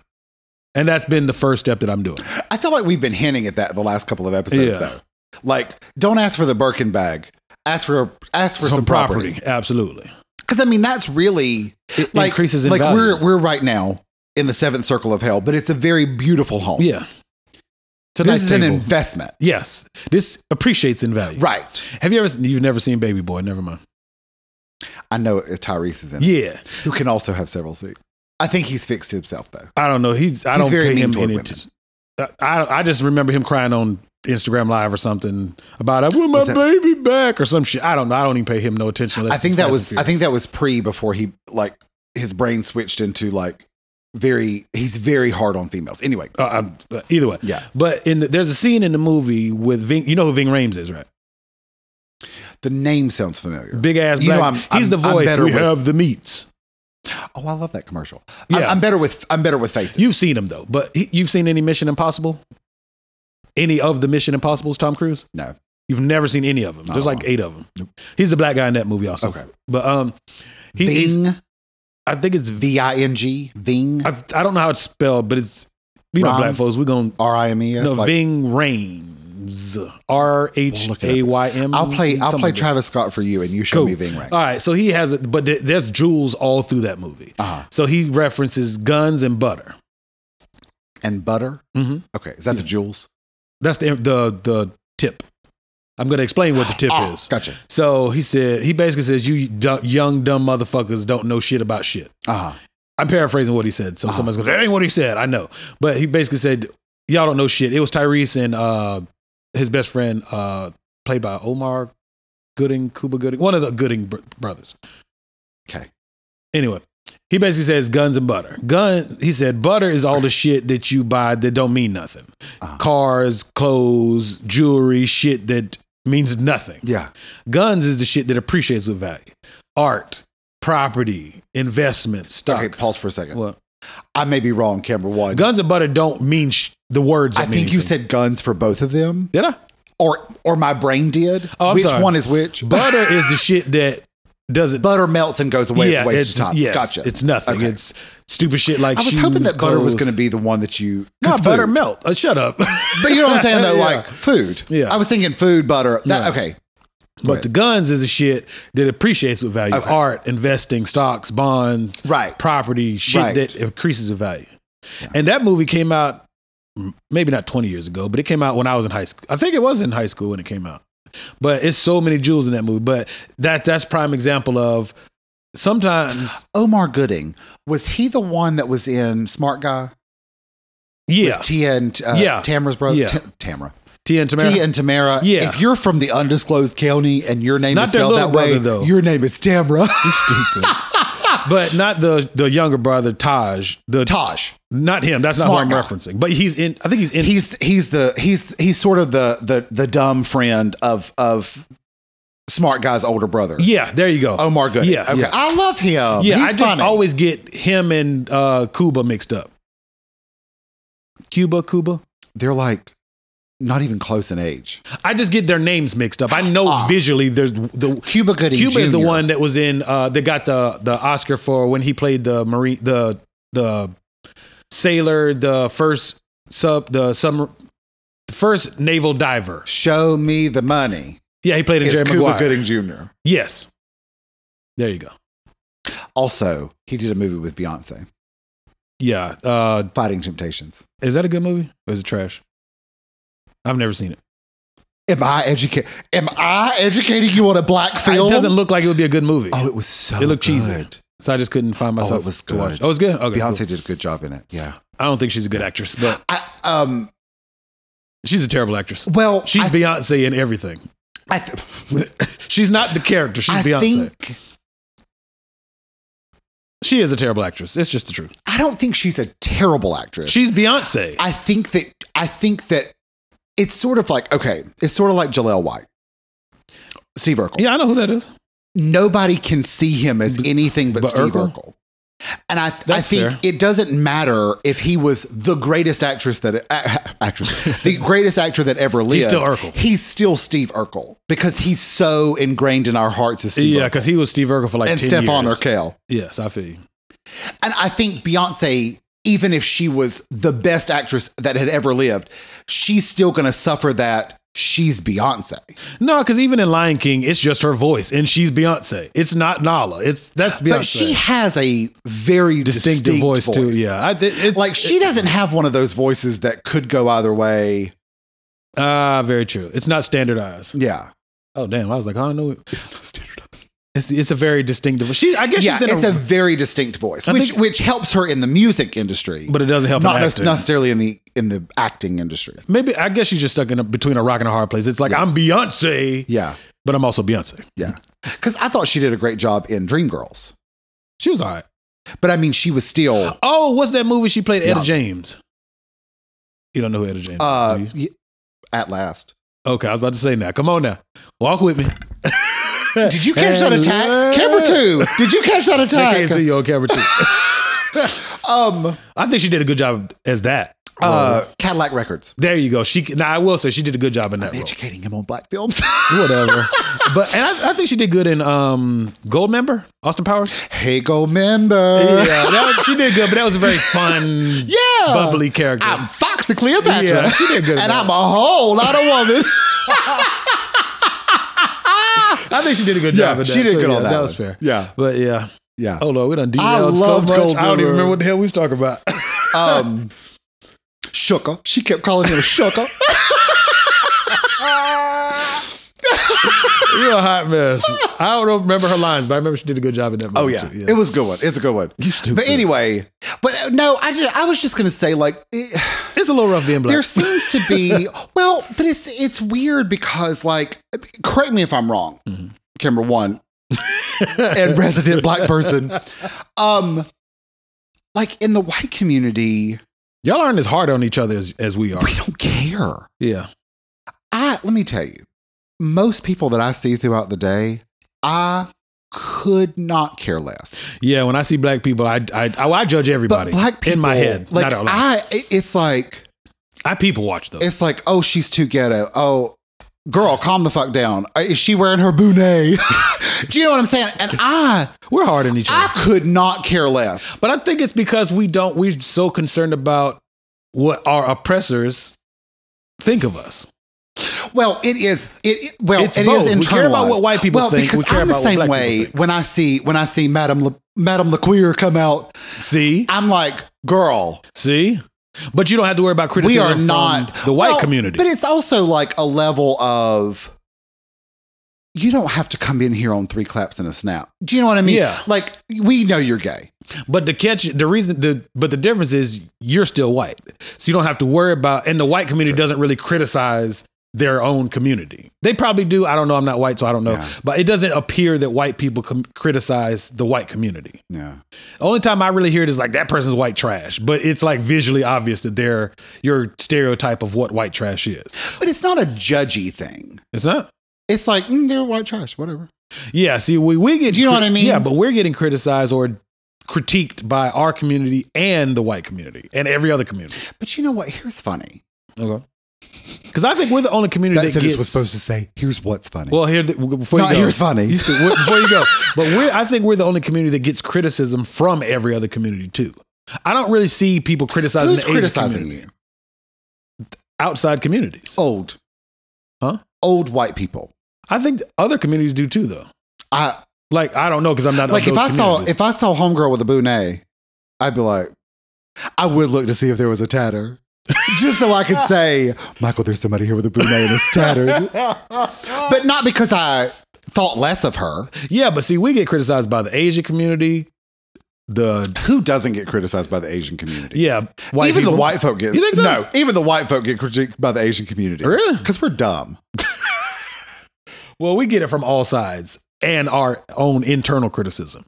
S1: and that's been the first step that I'm doing.
S2: I feel like we've been hinting at that the last couple of episodes,
S1: Yeah.
S2: though. Like, don't ask for the Birkin bag. Ask for ask for some, property.
S1: absolutely.
S2: Because I mean, that's really
S1: It
S2: like
S1: increases in
S2: like
S1: value.
S2: we're we're right now in the seventh circle of hell, but it's a very beautiful home.
S1: yeah. To
S2: this is an
S1: table.
S2: investment,
S1: yes. This appreciates in value.
S2: right?
S1: Have you ever? seen- You've never seen Baby Boy? Never mind.
S2: I know it- Tyrese is in it,
S1: Yeah.
S2: who can also have several seats. I think he's fixed himself though.
S1: I don't know. He's. I
S2: He's
S1: don't
S2: very
S1: pay
S2: mean
S1: him
S2: toward
S1: any.
S2: women.
S1: attention. I I just remember him crying on Instagram Live or something about I want my
S2: Was that-
S1: baby back or some shit. I don't know. I don't even pay him no attention. unless
S2: I think
S1: it's
S2: that
S1: Fast
S2: was
S1: and
S2: I think
S1: Furious.
S2: that was pre before he like his brain switched into like very he's very hard on females. Anyway,
S1: Uh, I'm- uh, either way.
S2: yeah.
S1: But in the, there's a scene in the movie with Ving. You know who Ving Rhames is, right?
S2: The name sounds familiar.
S1: Big ass
S2: You know,
S1: black.
S2: I'm- I'm-
S1: he's the
S2: I'm
S1: voice.
S2: better
S1: we
S2: with-
S1: have the meats.
S2: Oh, I love that commercial. I'm,
S1: Yeah.
S2: I'm better with I'm better with faces.
S1: You've seen him though, but he, you've seen any Mission Impossible? Any of the Mission Impossibles? Tom Cruise?
S2: No.
S1: You've never seen any of them.
S2: Not
S1: There's
S2: at
S1: like
S2: all.
S1: eight of them.
S2: Uh-uh. Nope.
S1: He's the black guy in that movie also.
S2: Okay.
S1: But um, He, he's-
S2: Ving,
S1: I think it's V.
S2: V I N G, Ving,
S1: I, I don't know how it's spelled, but it's you know black
S2: Rhymes.
S1: folks. We're gonna
S2: R I M E S.
S1: no
S2: like-
S1: Ving Rames R H A Y M.
S2: I'll play. I'll
S1: something
S2: play
S1: like that.
S2: Travis Scott for you, and you show
S1: Cool. Uh,
S2: me Ving Rhames.
S1: All right, so he has it, but th- there's jewels all through that movie.
S2: Uh-huh.
S1: So he references guns and butter.
S2: and butter.
S1: Mhm.
S2: Okay, is that the jewels?
S1: That's the the the tip. I'm gonna explain what the tip
S2: Ah,
S1: is.
S2: Gotcha.
S1: So he said he basically says you du- young dumb motherfuckers don't know shit about shit.
S2: Uh huh.
S1: I'm paraphrasing what he said. So somebody's going, that ain't what he said. I know. But he basically said, y'all don't know shit. It was Tyrese and uh, his best friend, uh, played by Omar Gooding, Cuba Gooding, one of the Gooding br- brothers.
S2: Okay.
S1: Anyway, he basically says guns and butter. Gun, he said, butter is all the shit that you buy that don't mean nothing.
S2: Uh-huh.
S1: Cars, clothes, jewelry, shit that means nothing.
S2: Yeah.
S1: Guns is the shit that appreciates with value. Art, property, investment, stock.
S2: Okay. Pause for a second.
S1: What?
S2: I may be wrong, camera one.
S1: Guns and butter don't mean sh- the words.
S2: I
S1: that mean
S2: think you
S1: anything.
S2: said guns for both of them,
S1: did I?
S2: or or my brain did.
S1: Oh, I'm
S2: which
S1: sorry.
S2: one is which?
S1: Butter is the shit that doesn't.
S2: butter melts and goes away. it's a waste of time.
S1: yes,
S2: gotcha.
S1: It's nothing.
S2: Okay.
S1: It's stupid shit like.
S2: I was hoping that butter was going
S1: to.
S2: to be the one that you.
S1: No,
S2: 'cause
S1: butter
S2: food.
S1: melt. Uh, shut up.
S2: But you know what I'm saying though,
S1: Yeah.
S2: like food.
S1: Yeah.
S2: I was thinking food, butter. That,
S1: Yeah.
S2: Okay.
S1: but the guns is the shit that appreciates with value.
S2: Okay.
S1: Art, investing, stocks, bonds,
S2: Right.
S1: property, shit
S2: Right.
S1: that increases the value. And that movie came out m- maybe not 20 years ago, but it came out when I was in high school. I think it was in high school when it came out. But it's so many jewels in that movie. But that that's prime example of sometimes
S2: Omar Gooding was he the one that was in Smart Guy?
S1: yeah,
S2: With Tia and uh,
S1: Yeah.
S2: Tamara's brother.
S1: Yeah.
S2: Ta- Tamara.
S1: Tia and Tamara.
S2: Tia and Tamara.
S1: Yeah.
S2: If you're from the undisclosed county and your name
S1: Not
S2: is
S1: their
S2: spelled
S1: little
S2: that way,
S1: brother, though.
S2: your name is Tamara.
S1: You stupid. but not the the younger brother Taj. The
S2: Taj.
S1: not him. That's not
S2: Smart
S1: who I'm
S2: guy.
S1: referencing. But he's in. I think he's in.
S2: He's he's the he's he's sort of the the the dumb friend of of Smart Guy's older brother.
S1: yeah. There you go.
S2: Omar Gooding.
S1: Yeah,
S2: Okay.
S1: yeah.
S2: I love him.
S1: yeah.
S2: Um, He's
S1: I just
S2: funny.
S1: always get him and uh, Cuba mixed up. Cuba, Cuba.
S2: they're like not even close in age.
S1: I just get their names mixed up. I know
S2: Ah.
S1: visually there's the
S2: Cuba Gooding.
S1: Cuba is the
S2: Jr..
S1: one that was in uh that got the the Oscar for when he played the marine the the sailor, the first sub the summer first naval diver.
S2: Show me the money.
S1: Yeah, he played in
S2: It's
S1: Jerry
S2: Cuba
S1: Maguire.
S2: Gooding Jr.
S1: Yes. There you go.
S2: Also, he did a movie with Beyonce,
S1: Yeah. Uh
S2: Fighting Temptations.
S1: is that a good movie? Or is it trash? I've never seen it.
S2: Am I educa- Am I educating you on a black film?
S1: It doesn't look like it would be a good movie.
S2: oh, it was so.
S1: It looked
S2: good.
S1: cheesy. So I just couldn't find myself.
S2: was
S1: to watch
S2: good.
S1: it. Oh, it was good. Okay.
S2: Beyonce
S1: cool.
S2: did a good job in it. Yeah.
S1: I don't think she's a good actress, but
S2: I, um.
S1: she's a terrible actress.
S2: Well,
S1: She's
S2: I,
S1: Beyonce in everything.
S2: I, th-
S1: She's not the character. She's
S2: I
S1: Beyonce.
S2: think
S1: she is a terrible actress. It's just the truth.
S2: I don't think she's a terrible actress.
S1: She's Beyonce.
S2: I think that I think that it's sort of like okay, it's sort of like Jaleel White, Steve Urkel.
S1: yeah, I know who that is.
S2: Nobody can see him as anything but,
S1: but
S2: Steve
S1: Urkel?
S2: Urkel. And I, I
S1: That's
S2: think
S1: fair.
S2: it doesn't matter if he was the greatest actress that uh, actress, the greatest actor that ever lived.
S1: He's still Urkel.
S2: He's still Steve Urkel because he's so ingrained in our hearts as Steve
S1: yeah,
S2: Urkel
S1: because he was Steve Urkel for like
S2: and
S1: 10
S2: Stephon
S1: years.
S2: Urkel.
S1: Yes, I feel you.
S2: And I think Beyonce, even if she was the best actress that had ever lived, she's still going to suffer that she's Beyonce.
S1: No, because even in Lion King, it's just her voice, and she's Beyonce. It's not Nala. It's that's Beyonce.
S2: But she has a very
S1: distinctive
S2: distinct
S1: voice, too. Yeah, I, it- it's
S2: Like she
S1: it-
S2: doesn't have one of those voices that could go either way.
S1: Ah, very true. It's not standardized.
S2: Yeah.
S1: Oh damn! I was like, I don't know.
S2: It's not standardized.
S1: It's it's a very distinctive. She, I guess
S2: Yeah,
S1: she's in
S2: it's
S1: a,
S2: a, very distinct voice,
S1: I
S2: which
S1: think-
S2: which helps her in the music industry,
S1: but it doesn't help.
S2: not
S1: Not
S2: nec- necessarily in the in the acting industry.
S1: Maybe I guess she's just stuck in a, between a rock and a hard place. It's like I'm Beyonce,
S2: Yeah,
S1: but I'm also Beyonce.
S2: yeah. Because I thought she did a great job in Dreamgirls,
S1: She was all right.
S2: but I mean, she was still
S1: Oh, what's that movie she played? Etta
S2: Yeah.
S1: James. You don't know who Etta James
S2: uh,
S1: is? do you?
S2: y- at last.
S1: Okay, I was about to say now. Come on now. Walk with me.
S2: Did you catch that
S1: Hello.
S2: attack? Camera two. Did you catch that
S1: They can't see
S2: attack?
S1: you on camera too.
S2: Um,
S1: I think she did a good job as that.
S2: Uh, Cadillac Records.
S1: There you go. She now I will say she did a good job in that role.
S2: Educating him on black films.
S1: Whatever. but and I, I think she did good in um Gold Member, Austin Powers.
S2: hey, go member.
S1: that was- she did good, but that was a very fun,
S2: Yeah.
S1: bubbly character.
S2: I'm Fox the Cleopatra.
S1: Yeah, she did good at
S2: and
S1: that.
S2: I'm a whole lot of woman.
S1: I think she did a good
S2: Yeah,
S1: job. in that.
S2: she did good
S1: yeah,
S2: on that
S1: That was
S2: one.
S1: fair.
S2: Yeah.
S1: but yeah.
S2: yeah.
S1: Oh Lord, we done derailed so
S2: loved
S1: much.
S2: Gold
S1: I don't
S2: Member.
S1: even remember what the hell we was talking about.
S2: Um, Shuka. She kept calling him Shuka.
S1: You're a hot mess. I don't remember her lines, but I remember she did a good job in that.
S2: Oh
S1: movie,
S2: yeah.
S1: too.
S2: it was a good one. It's a good one.
S1: You stupid.
S2: But anyway, but uh, no, I just, I was just gonna say like it,
S1: it's a little rough being black.
S2: there seems to be well, but it's it's weird because like correct me if I'm wrong,
S1: Mm-hmm.
S2: Camera one and resident black person, um, like in the white community,
S1: Y'all aren't as hard on each other as, as we are.
S2: we don't care.
S1: Yeah.
S2: I let me tell you, most people that I see throughout the day, I could not care less.
S1: Yeah, when I see black people, I I, I, I judge everybody.
S2: But black people
S1: in my head,
S2: like
S1: not out loud.
S2: I, it's like
S1: I, people watch though.
S2: it's like oh she's too ghetto. Oh, girl, calm the fuck down. Uh, Is she wearing her bonnet? Do you know what I'm saying? And I,
S1: We're hard on each other,
S2: I could not care less.
S1: but I think it's because we don't. We're so concerned about what our oppressors think of us.
S2: Well, it is it, it- well
S1: It's
S2: it is
S1: both. We
S2: internalized.
S1: care about what white people
S2: well,
S1: think.
S2: because
S1: We care
S2: I'm
S1: about
S2: the
S1: what
S2: same
S1: black people
S2: way
S1: think.
S2: when I see when I see Madame Le, Madame LeQueer come out,
S1: See,
S2: I'm like, girl,
S1: see, but you don't have to worry about
S2: we
S1: criticism.
S2: are
S1: from
S2: not
S1: the white
S2: Well,
S1: community.
S2: But it's also like a level of you don't have to come in here on three claps and a snap. Do you know what I mean?
S1: Yeah.
S2: Like we know you're gay.
S1: But the catch, the reason, the but the difference is you're still white, so you don't have to worry about. And the white community doesn't really criticize their own community. They probably do. I don't know. I'm not white, so I don't know.
S2: Yeah.
S1: But it doesn't appear that white people com- criticize the white community.
S2: Yeah.
S1: Only time I really hear it is like that person's white trash, but it's like visually obvious that they're your stereotype of what white trash is.
S2: But it's not a judgy thing.
S1: It's not.
S2: It's like mm, they're white trash, whatever.
S1: Yeah. See, we we get.
S2: Do you know what I mean?
S1: Yeah, but we're getting criticized or critiqued by our community and the white community and every other community.
S2: But you know what? Here's funny.
S1: Okay. Because I think we're the only community that, gets,
S2: to say. Here's what's funny.
S1: Well, here the- before
S2: No,
S1: you go,
S2: here's funny.
S1: You still- wait, before you go, but we're, I think we're the only community that gets criticism from every other community too. I don't really see people criticizing
S2: Who's
S1: the Asian
S2: criticizing
S1: community,
S2: you?
S1: outside communities.
S2: Old,
S1: Huh?
S2: Old white people.
S1: I think other communities do too, though.
S2: I
S1: Like I don't know because I'm not of
S2: like if
S1: those
S2: I saw
S1: communities.
S2: if I saw homegirl with a bonnet, I'd be like, I would look to see if there was a tatter, just so I could say, Michael, there's somebody here with a bonnet and it's tattered. but not because I thought less of her.
S1: yeah, but see, we get criticized by the Asian community, the
S2: Who doesn't get criticized by the Asian community?
S1: yeah, white
S2: even the
S1: people.
S2: white folk get
S1: You think so?
S2: no. Even the white folk get critiqued by the Asian community.
S1: Really?
S2: Because we're dumb.
S1: Well, we get it from all sides and our own internal criticism.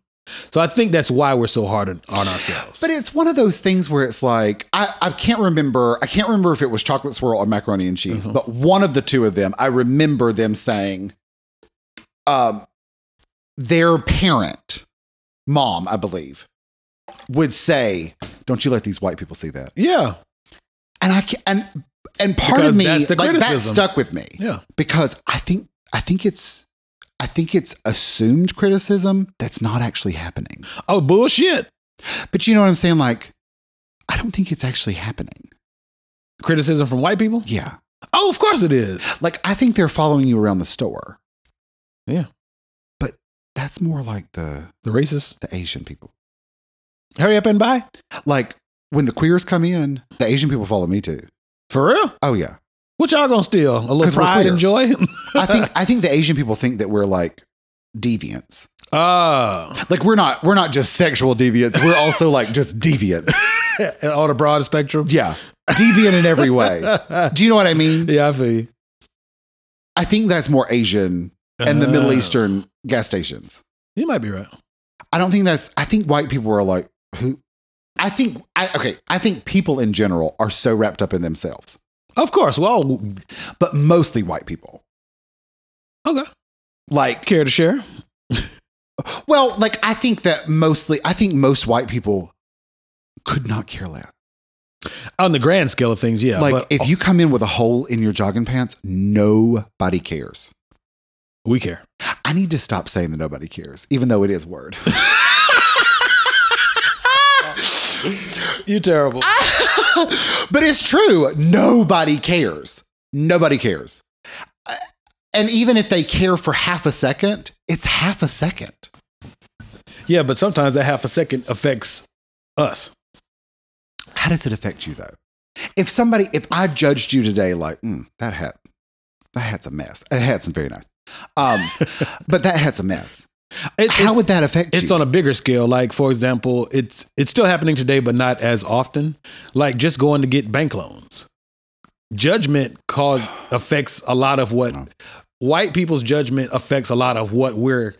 S1: So I think that's why we're so hard on, on ourselves.
S2: But it's one of those things where it's like I, I can't remember I can't remember if it was chocolate swirl or macaroni and cheese,
S1: Uh-huh.
S2: but one of the two of them, I remember them saying um their parent, mom, I believe, would say, Don't you let these white people see that.
S1: yeah,
S2: And I can and and part
S1: Because
S2: of me
S1: that's the
S2: like, that
S1: criticism.
S2: stuck with me.
S1: yeah.
S2: Because I think I think it's I think it's assumed criticism that's not actually happening.
S1: Oh, bullshit.
S2: But you know what I'm saying? Like, I don't think it's actually happening.
S1: Criticism from white people?
S2: Yeah.
S1: Oh, of course it is.
S2: Like, I think they're following you around the store.
S1: Yeah.
S2: But that's more like the
S1: The racist.
S2: the Asian people.
S1: Hurry up and buy.
S2: Like when the queers come in, the Asian people follow me too.
S1: For real?
S2: Oh yeah.
S1: What y'all gonna steal? A
S2: 'Cause
S1: little
S2: we're
S1: pride
S2: queer.
S1: and joy?
S2: I think I think the Asian people think that we're like deviants.
S1: Oh.
S2: Like we're not we're not just sexual deviants. We're also like just deviants.
S1: on a broad spectrum.
S2: Yeah. Deviant in every way.
S1: yeah,
S2: Do you know what I mean?
S1: I feel you.
S2: I think that's more Asian and the Middle
S1: Oh.
S2: Eastern gas stations.
S1: You might be right.
S2: I don't think that's. I think white people are like who. I think I okay. I think people in general are so wrapped up in themselves,
S1: Of course. Well,
S2: but mostly white people.
S1: okay.
S2: Like,
S1: Care to share?
S2: well, like I think that mostly. I think most white people could not care less.
S1: On the grand scale of things, yeah.
S2: like
S1: but
S2: if you come in with a hole in your jogging pants, nobody cares.
S1: we care.
S2: I need to stop saying that nobody cares, even though it is word.
S1: You're terrible.
S2: but it's true. Nobody cares. Nobody cares. Uh, And even if they care for half a second, it's half a second.
S1: yeah, but sometimes that half a second affects us.
S2: How does it affect you though? If somebody, if I judged you today, like mm, that hat, that hat's a mess. That hat's very nice, um, but that hat's a mess.
S1: It,
S2: How would that affect
S1: it's
S2: you?
S1: on a bigger scale. Like for example, it's it's still happening today, but not as often. Like just going to get bank loans. Judgment cause affects a lot of what white people's judgment affects a lot of what we're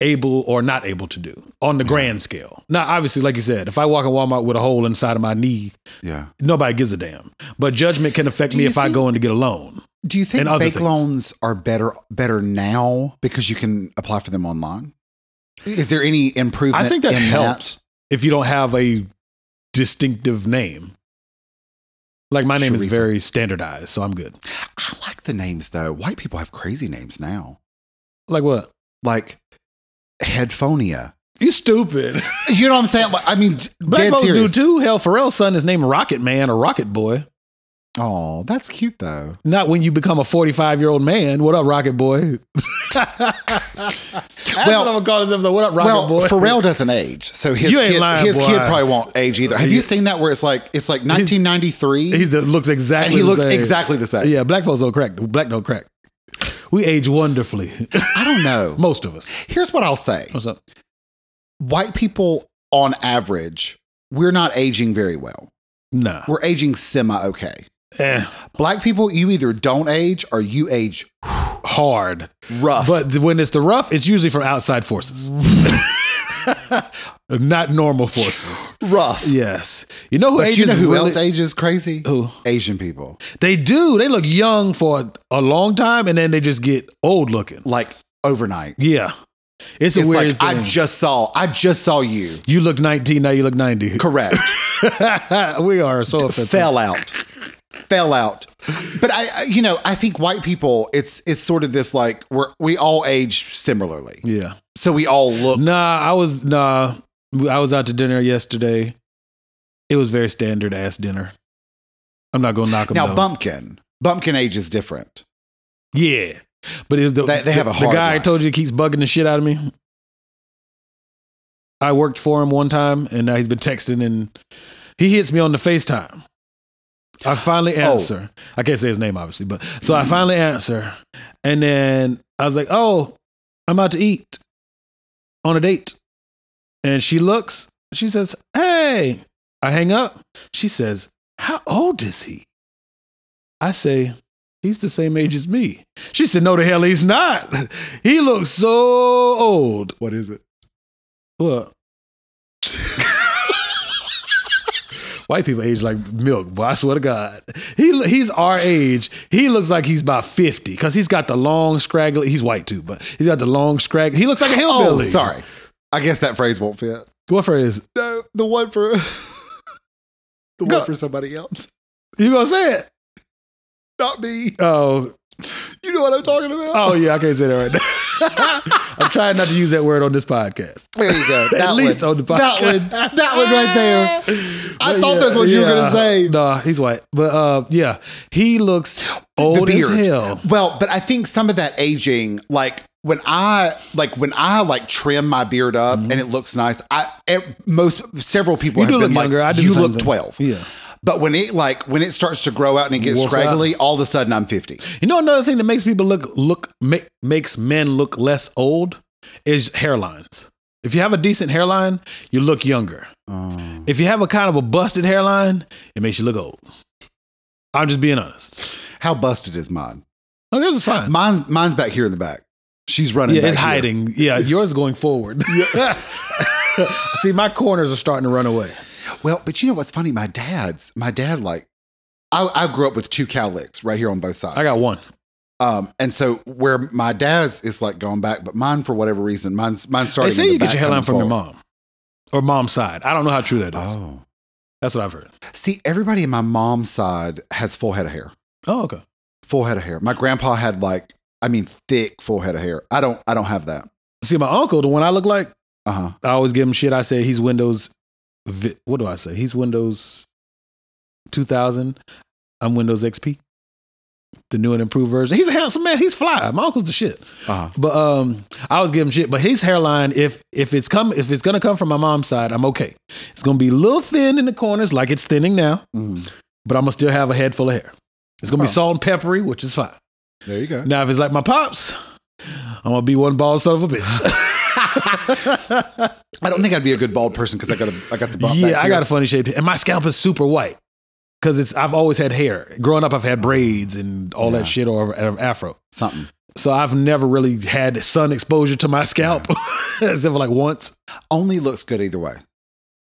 S1: able or not able to do on the grand scale. Now, obviously, like you said, if I walk in Walmart with a hole inside of my knee,
S2: yeah.
S1: nobody gives a damn. But judgment can affect
S2: Do
S1: me
S2: you
S1: if I
S2: think-
S1: go in to get a loan.
S2: Do you think
S1: And other
S2: bank
S1: things.
S2: loans are better better now because you can apply for them online? Is there any improvement?
S1: I think that
S2: in
S1: helps if you don't have a distinctive name. Like my name is
S2: Sharifa.
S1: very standardized, so I'm good.
S2: I like the names though. White people have crazy names now,
S1: Like what?
S2: like headphonia.
S1: You stupid.
S2: You know what I'm saying? Like, I mean,
S1: Black
S2: dead
S1: folks do
S2: serious.
S1: too. Hell, Pharrell's son is named Rocket Man or Rocket Boy.
S2: oh, that's cute though.
S1: Not when you become a 45 year old man. What up, Rocket Boy? That's
S2: Well-
S1: what I'm gonna call this episode. What up, Rocket
S2: well,
S1: Boy?
S2: Pharrell doesn't age, so his
S1: You ain't
S2: kid,
S1: lying,
S2: his
S1: boy.
S2: kid probably won't age either. Have you seen that where it's like it's like 1993
S1: He looks exactly.
S2: and he
S1: the
S2: looks
S1: same.
S2: exactly the same?
S1: Yeah, black folks don't crack. Black don't crack. We age wonderfully,
S2: I don't know.
S1: most of us.
S2: Here's what I'll say:
S1: What's up?
S2: White people, on average, we're not aging very well.
S1: Nah.
S2: We're aging semi okay.
S1: Eh,
S2: Black people, you either don't age or you age
S1: hard.
S2: rough.
S1: But when it's the rough, it's usually from outside forces, not normal forces.
S2: rough.
S1: Yes, you know who
S2: But
S1: ages
S2: you know who
S1: really-
S2: else ages crazy?
S1: Who
S2: Asian people.
S1: they do? They look young for a long time, and then they just get old looking.
S2: Like overnight.
S1: Yeah, it's a
S2: It's
S1: weird
S2: like
S1: thing.
S2: I just saw I just saw you.
S1: you look nineteen now. You look ninety.
S2: Correct.
S1: we are so offensive.
S2: fell out fell out but I, I you know i think white people it's it's sort of this like we're we all age similarly
S1: Yeah.
S2: so we all look
S1: Nah, I was nah. I was out to dinner yesterday. It was very standard ass dinner. I'm not gonna knock them
S2: now bumpkin bumpkin age is different
S1: Yeah. But is the
S2: They- they have a
S1: the,
S2: hard
S1: guy
S2: life.
S1: I told you keeps bugging the shit out of me? I worked for him one time and now he's been texting and he hits me on the FaceTime. I finally
S2: Oh.
S1: answer. I can't say his name obviously, but so I finally answer. And then I was like, "Oh, I'm out to eat on a date." And she looks, she says, "Hey." I hang up. She says, "How old is he?" I say, He's the same age as me. She said, No, the hell he's not. He looks so old.
S2: what is it
S1: What? White people age like milk, boy. I swear to God. He, he's our age. He looks like he's about 50 because he's got the long, scraggly. He's white too, but he's got the long, scrag. He looks like a
S2: oh
S1: hillbilly.
S2: sorry i guess that phrase won't fit
S1: What phrase?
S2: no the one for the
S1: Go-
S2: one for somebody else
S1: You gonna say it?
S2: not me
S1: Oh,
S2: you know what i'm talking about
S1: oh yeah, I can't say that right now. I'm trying not to use that word on this podcast.
S2: there you go
S1: At least on the podcast.
S2: that one that one right there i thought that's what you were gonna say
S1: Nah, he's white. But uh, yeah, he looks old as hell.
S2: Well, but I think some of that aging, like when I like when I like trim my beard up and it looks nice, I it, most several people
S1: Mm-hmm. You
S2: have been
S1: do
S2: like,
S1: look younger. I do the
S2: you
S1: same
S2: look
S1: thing."
S2: twelve.
S1: Yeah.
S2: But when it like when it starts to grow out and it gets
S1: Wolf's
S2: scraggly, all of a sudden I'm fifty.
S1: You know another thing that makes people look look make, makes men look less old is hairlines. If you have a decent hairline, you look younger.
S2: Oh.
S1: If you have a kind of a busted hairline, it makes you look old. I'm just being honest.
S2: How busted is mine?
S1: No, this is fine.
S2: Uh, Mine's mine's back here in the back. She's running.
S1: yeah,
S2: back
S1: it's
S2: here.
S1: hiding. Yeah, yours is going forward. See, my corners are starting to run away.
S2: Well, but you know what's funny? My dad's my dad like. I, I grew up with two cowlicks right here on both sides.
S1: I got one.
S2: Um, and so where my dad's is like going back, but mine for whatever reason, mine's mine's
S1: They
S2: starting.
S1: say
S2: in the
S1: you get
S2: back
S1: your hairline
S2: coming
S1: from your
S2: forward.
S1: mom or mom's side. I don't know how true that is.
S2: Oh,
S1: That's what I've heard.
S2: See, everybody in my mom's side has full head of hair.
S1: Oh, okay.
S2: Full head of hair. My grandpa had like, I mean, thick full head of hair. I don't, I don't have that.
S1: See, my uncle, the one I look like,
S2: Uh huh.
S1: I always give him shit. I say he's Windows. Vi- what do I say? He's Windows 2000. I'm Windows XP, the new and improved version. He's a handsome man. He's fly. My uncle's the shit.
S2: Uh huh.
S1: But um, I always give him shit. But his hairline, if if it's come, if it's gonna come from my mom's side, I'm okay. It's gonna be a little thin in the corners, like it's thinning now.
S2: Mm.
S1: But I'm gonna still have a head full of hair. It's gonna be
S2: Huh.
S1: salt and peppery, which is fine.
S2: There you go.
S1: Now, if it's like my pops, I'm gonna be one bald son of a bitch.
S2: I don't think I'd be a good bald person because I got a, I got the bump
S1: yeah,
S2: back
S1: I
S2: here.
S1: got a funny shape, and my scalp is super white because it's. I've always had hair. Growing up, I've had braids and all
S2: Yeah.
S1: that shit, or an afro.
S2: something.
S1: So I've never really had sun exposure to my scalp, except for like once.
S2: Only looks good either way.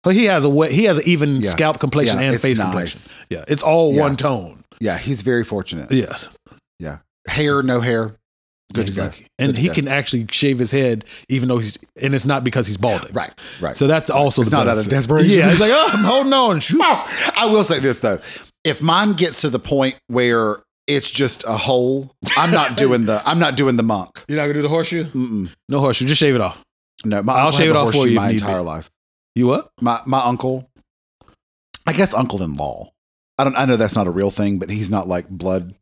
S1: But he has a wet, he has an even
S2: Yeah.
S1: scalp complexion
S2: Yeah,
S1: and
S2: it's
S1: face
S2: nice.
S1: complexion. Yeah, it's all
S2: Yeah.
S1: one tone.
S2: Yeah, he's very fortunate.
S1: Yes,
S2: Hair, no hair, good
S1: He's
S2: to go.
S1: lucky. And
S2: Good to
S1: he
S2: go.
S1: can actually shave his head, even though he's, and it's not because he's balding.
S2: Right, right.
S1: So that's also
S2: it's
S1: the
S2: not out of
S1: benefit.
S2: desperation.
S1: Yeah, he's like, oh, I'm holding on. Shoot.
S2: Oh, I will say this though. If mine gets to the point where it's just a hole, I'm not doing the I'm not doing the monk.
S1: You're not gonna do the horseshoe?
S2: Mm-mm.
S1: No horseshoe. Just shave it off.
S2: No, my
S1: I'll
S2: uncle
S1: shave
S2: had
S1: it
S2: a
S1: off for
S2: horseshoe
S1: you if
S2: my
S1: need
S2: entire life.
S1: You what?
S2: My my uncle, I guess uncle in law. I don't I know that's not a real thing, but he's not like blood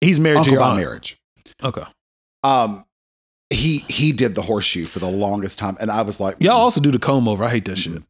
S1: He's married to
S2: uncle
S1: your
S2: by
S1: aunt.
S2: marriage.
S1: Okay.
S2: Um he he did the horseshoe for the longest time and I was like "Mm,
S1: Y'all also do the comb over. I hate that shit.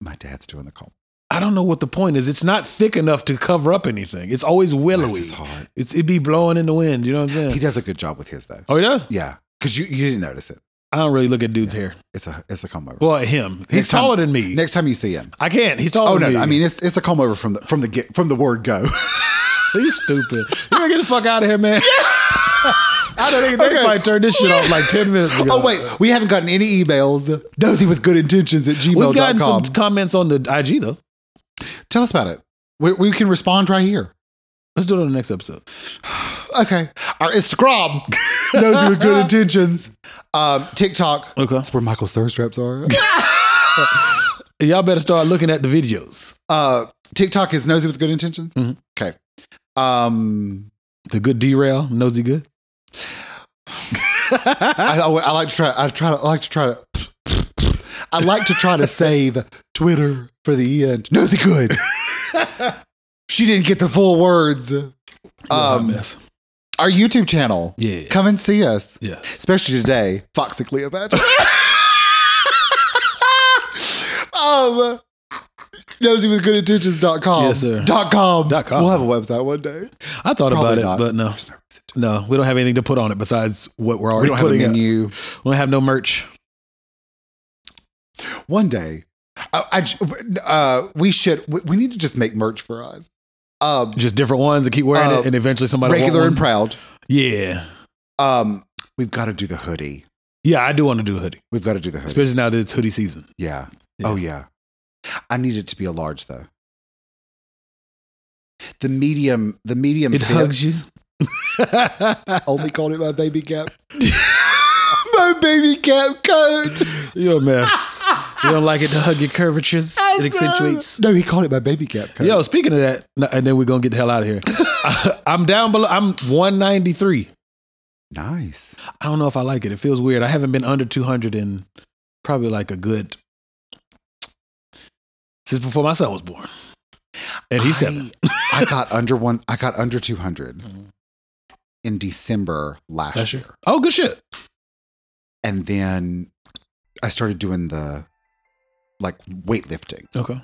S2: my dad's doing the call.
S1: I don't know what the point is. It's not thick enough to cover up anything. It's always willowy.
S2: This is hard.
S1: It's it be blowing in the wind. You know what I'm saying?
S2: He does a good job with his though.
S1: oh, he does.
S2: Yeah. Cause you, you didn't notice it.
S1: I don't really look at dudes hair.
S2: It's a it's a comb over.
S1: Well, at him. He's
S2: Next time-
S1: taller than me.
S2: Next time you see him,
S1: I can't. He's taller
S2: Oh no!
S1: than me.
S2: no, I mean, it's it's a comb over from the from the get, from the word go.
S1: he's stupid. You gotta get the fuck out of here, man. I don't think they
S2: Okay.
S1: probably turned this shit off like ten minutes ago.
S2: oh wait, we haven't gotten any emails. Dozy with good intentions at
S1: we've gotten
S2: gmail.com.
S1: some comments on the IG though.
S2: Tell us about it. We, we can respond right here.
S1: Let's do it on the next episode.
S2: Okay, our Instagram. Dozy with good intentions. Um, TikTok.
S1: Okay.
S2: That's where Michael's thirst traps are.
S1: Y'all better start looking at the videos.
S2: uh, TikTok is Nosy with good intentions.
S1: Mhm.
S2: Okay. Um,
S1: The good derail, nosy good.
S2: I, I, I like to try. I try to. I like to try to. I like to try to save Twitter for the end. Nosy good. she didn't get the full words. Um, our YouTube channel.
S1: yeah,
S2: Come and see us,
S1: yeah.
S2: especially today. Foxy Cleopatra. um, nosywithgoodintentions.com.
S1: Yes, sir.
S2: Dot com.
S1: Dot com.
S2: We'll have a website one day.
S1: I thought about
S2: Probably
S1: it,
S2: not.
S1: but no, no, we don't have anything to put on it besides what we're
S2: We
S1: already
S2: don't have a
S1: putting. Have
S2: menu.
S1: We don't have no merch.
S2: one day I, I j- uh, we should we, we need to just make merch for us um
S1: Just different ones and keep wearing
S2: Uh,
S1: it, and eventually somebody will
S2: regular and
S1: want one.
S2: proud
S1: yeah,
S2: um we've got to do the hoodie
S1: yeah. I do want to do a hoodie,
S2: we've got to do the hoodie
S1: especially now that it's hoodie season.
S2: yeah.
S1: Yeah.
S2: oh yeah i need it to be a large though the medium the medium
S1: It
S2: fits.
S1: hugs you.
S2: only called it my baby cap my baby cap coat
S1: You're a mess. you don't like it to hug your curvatures. It accentuates.
S2: no he called it my baby cap coat
S1: Yo, speaking of that, no, and then we're gonna get the hell out of here. I'm down below. I'm 193.
S2: nice
S1: I don't know if I like it. It feels weird. I haven't been under 200 in probably like a good since before my son was born. And he's seven.
S2: I- I got under one. I got under two hundred in December last
S1: Last
S2: year,
S1: year. Oh, good shit.
S2: and then I started doing the like weightlifting,
S1: Okay.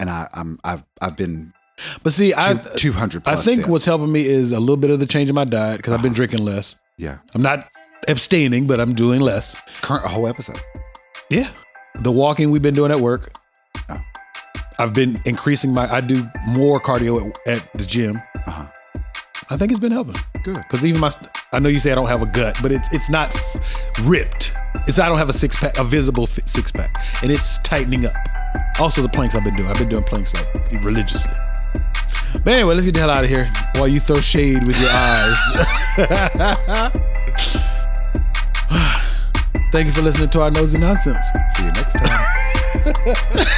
S2: and I, I'm I've I've been
S1: But see, I
S2: two hundred.
S1: I think what's helping me is a little bit of the change in my diet because I've been drinking less.
S2: yeah,
S1: I'm not abstaining, but I'm doing less.
S2: current a whole episode.
S1: Yeah. The walking we've been doing at work.
S2: Oh.
S1: I've been increasing my I do more cardio at, at the gym.
S2: Uh-huh.
S1: I think it's been helping.
S2: Good.
S1: Because even my, I know you say I don't have a gut, but it's it's not ripped. It's I don't have a six pack, a visible fi- six pack, and it's tightening up. Also, the planks I've been doing, I've been doing planks like religiously. But anyway, let's get the hell out of here while you throw shade with your eyes. Thank you for listening to our nosy nonsense.
S2: See you next time.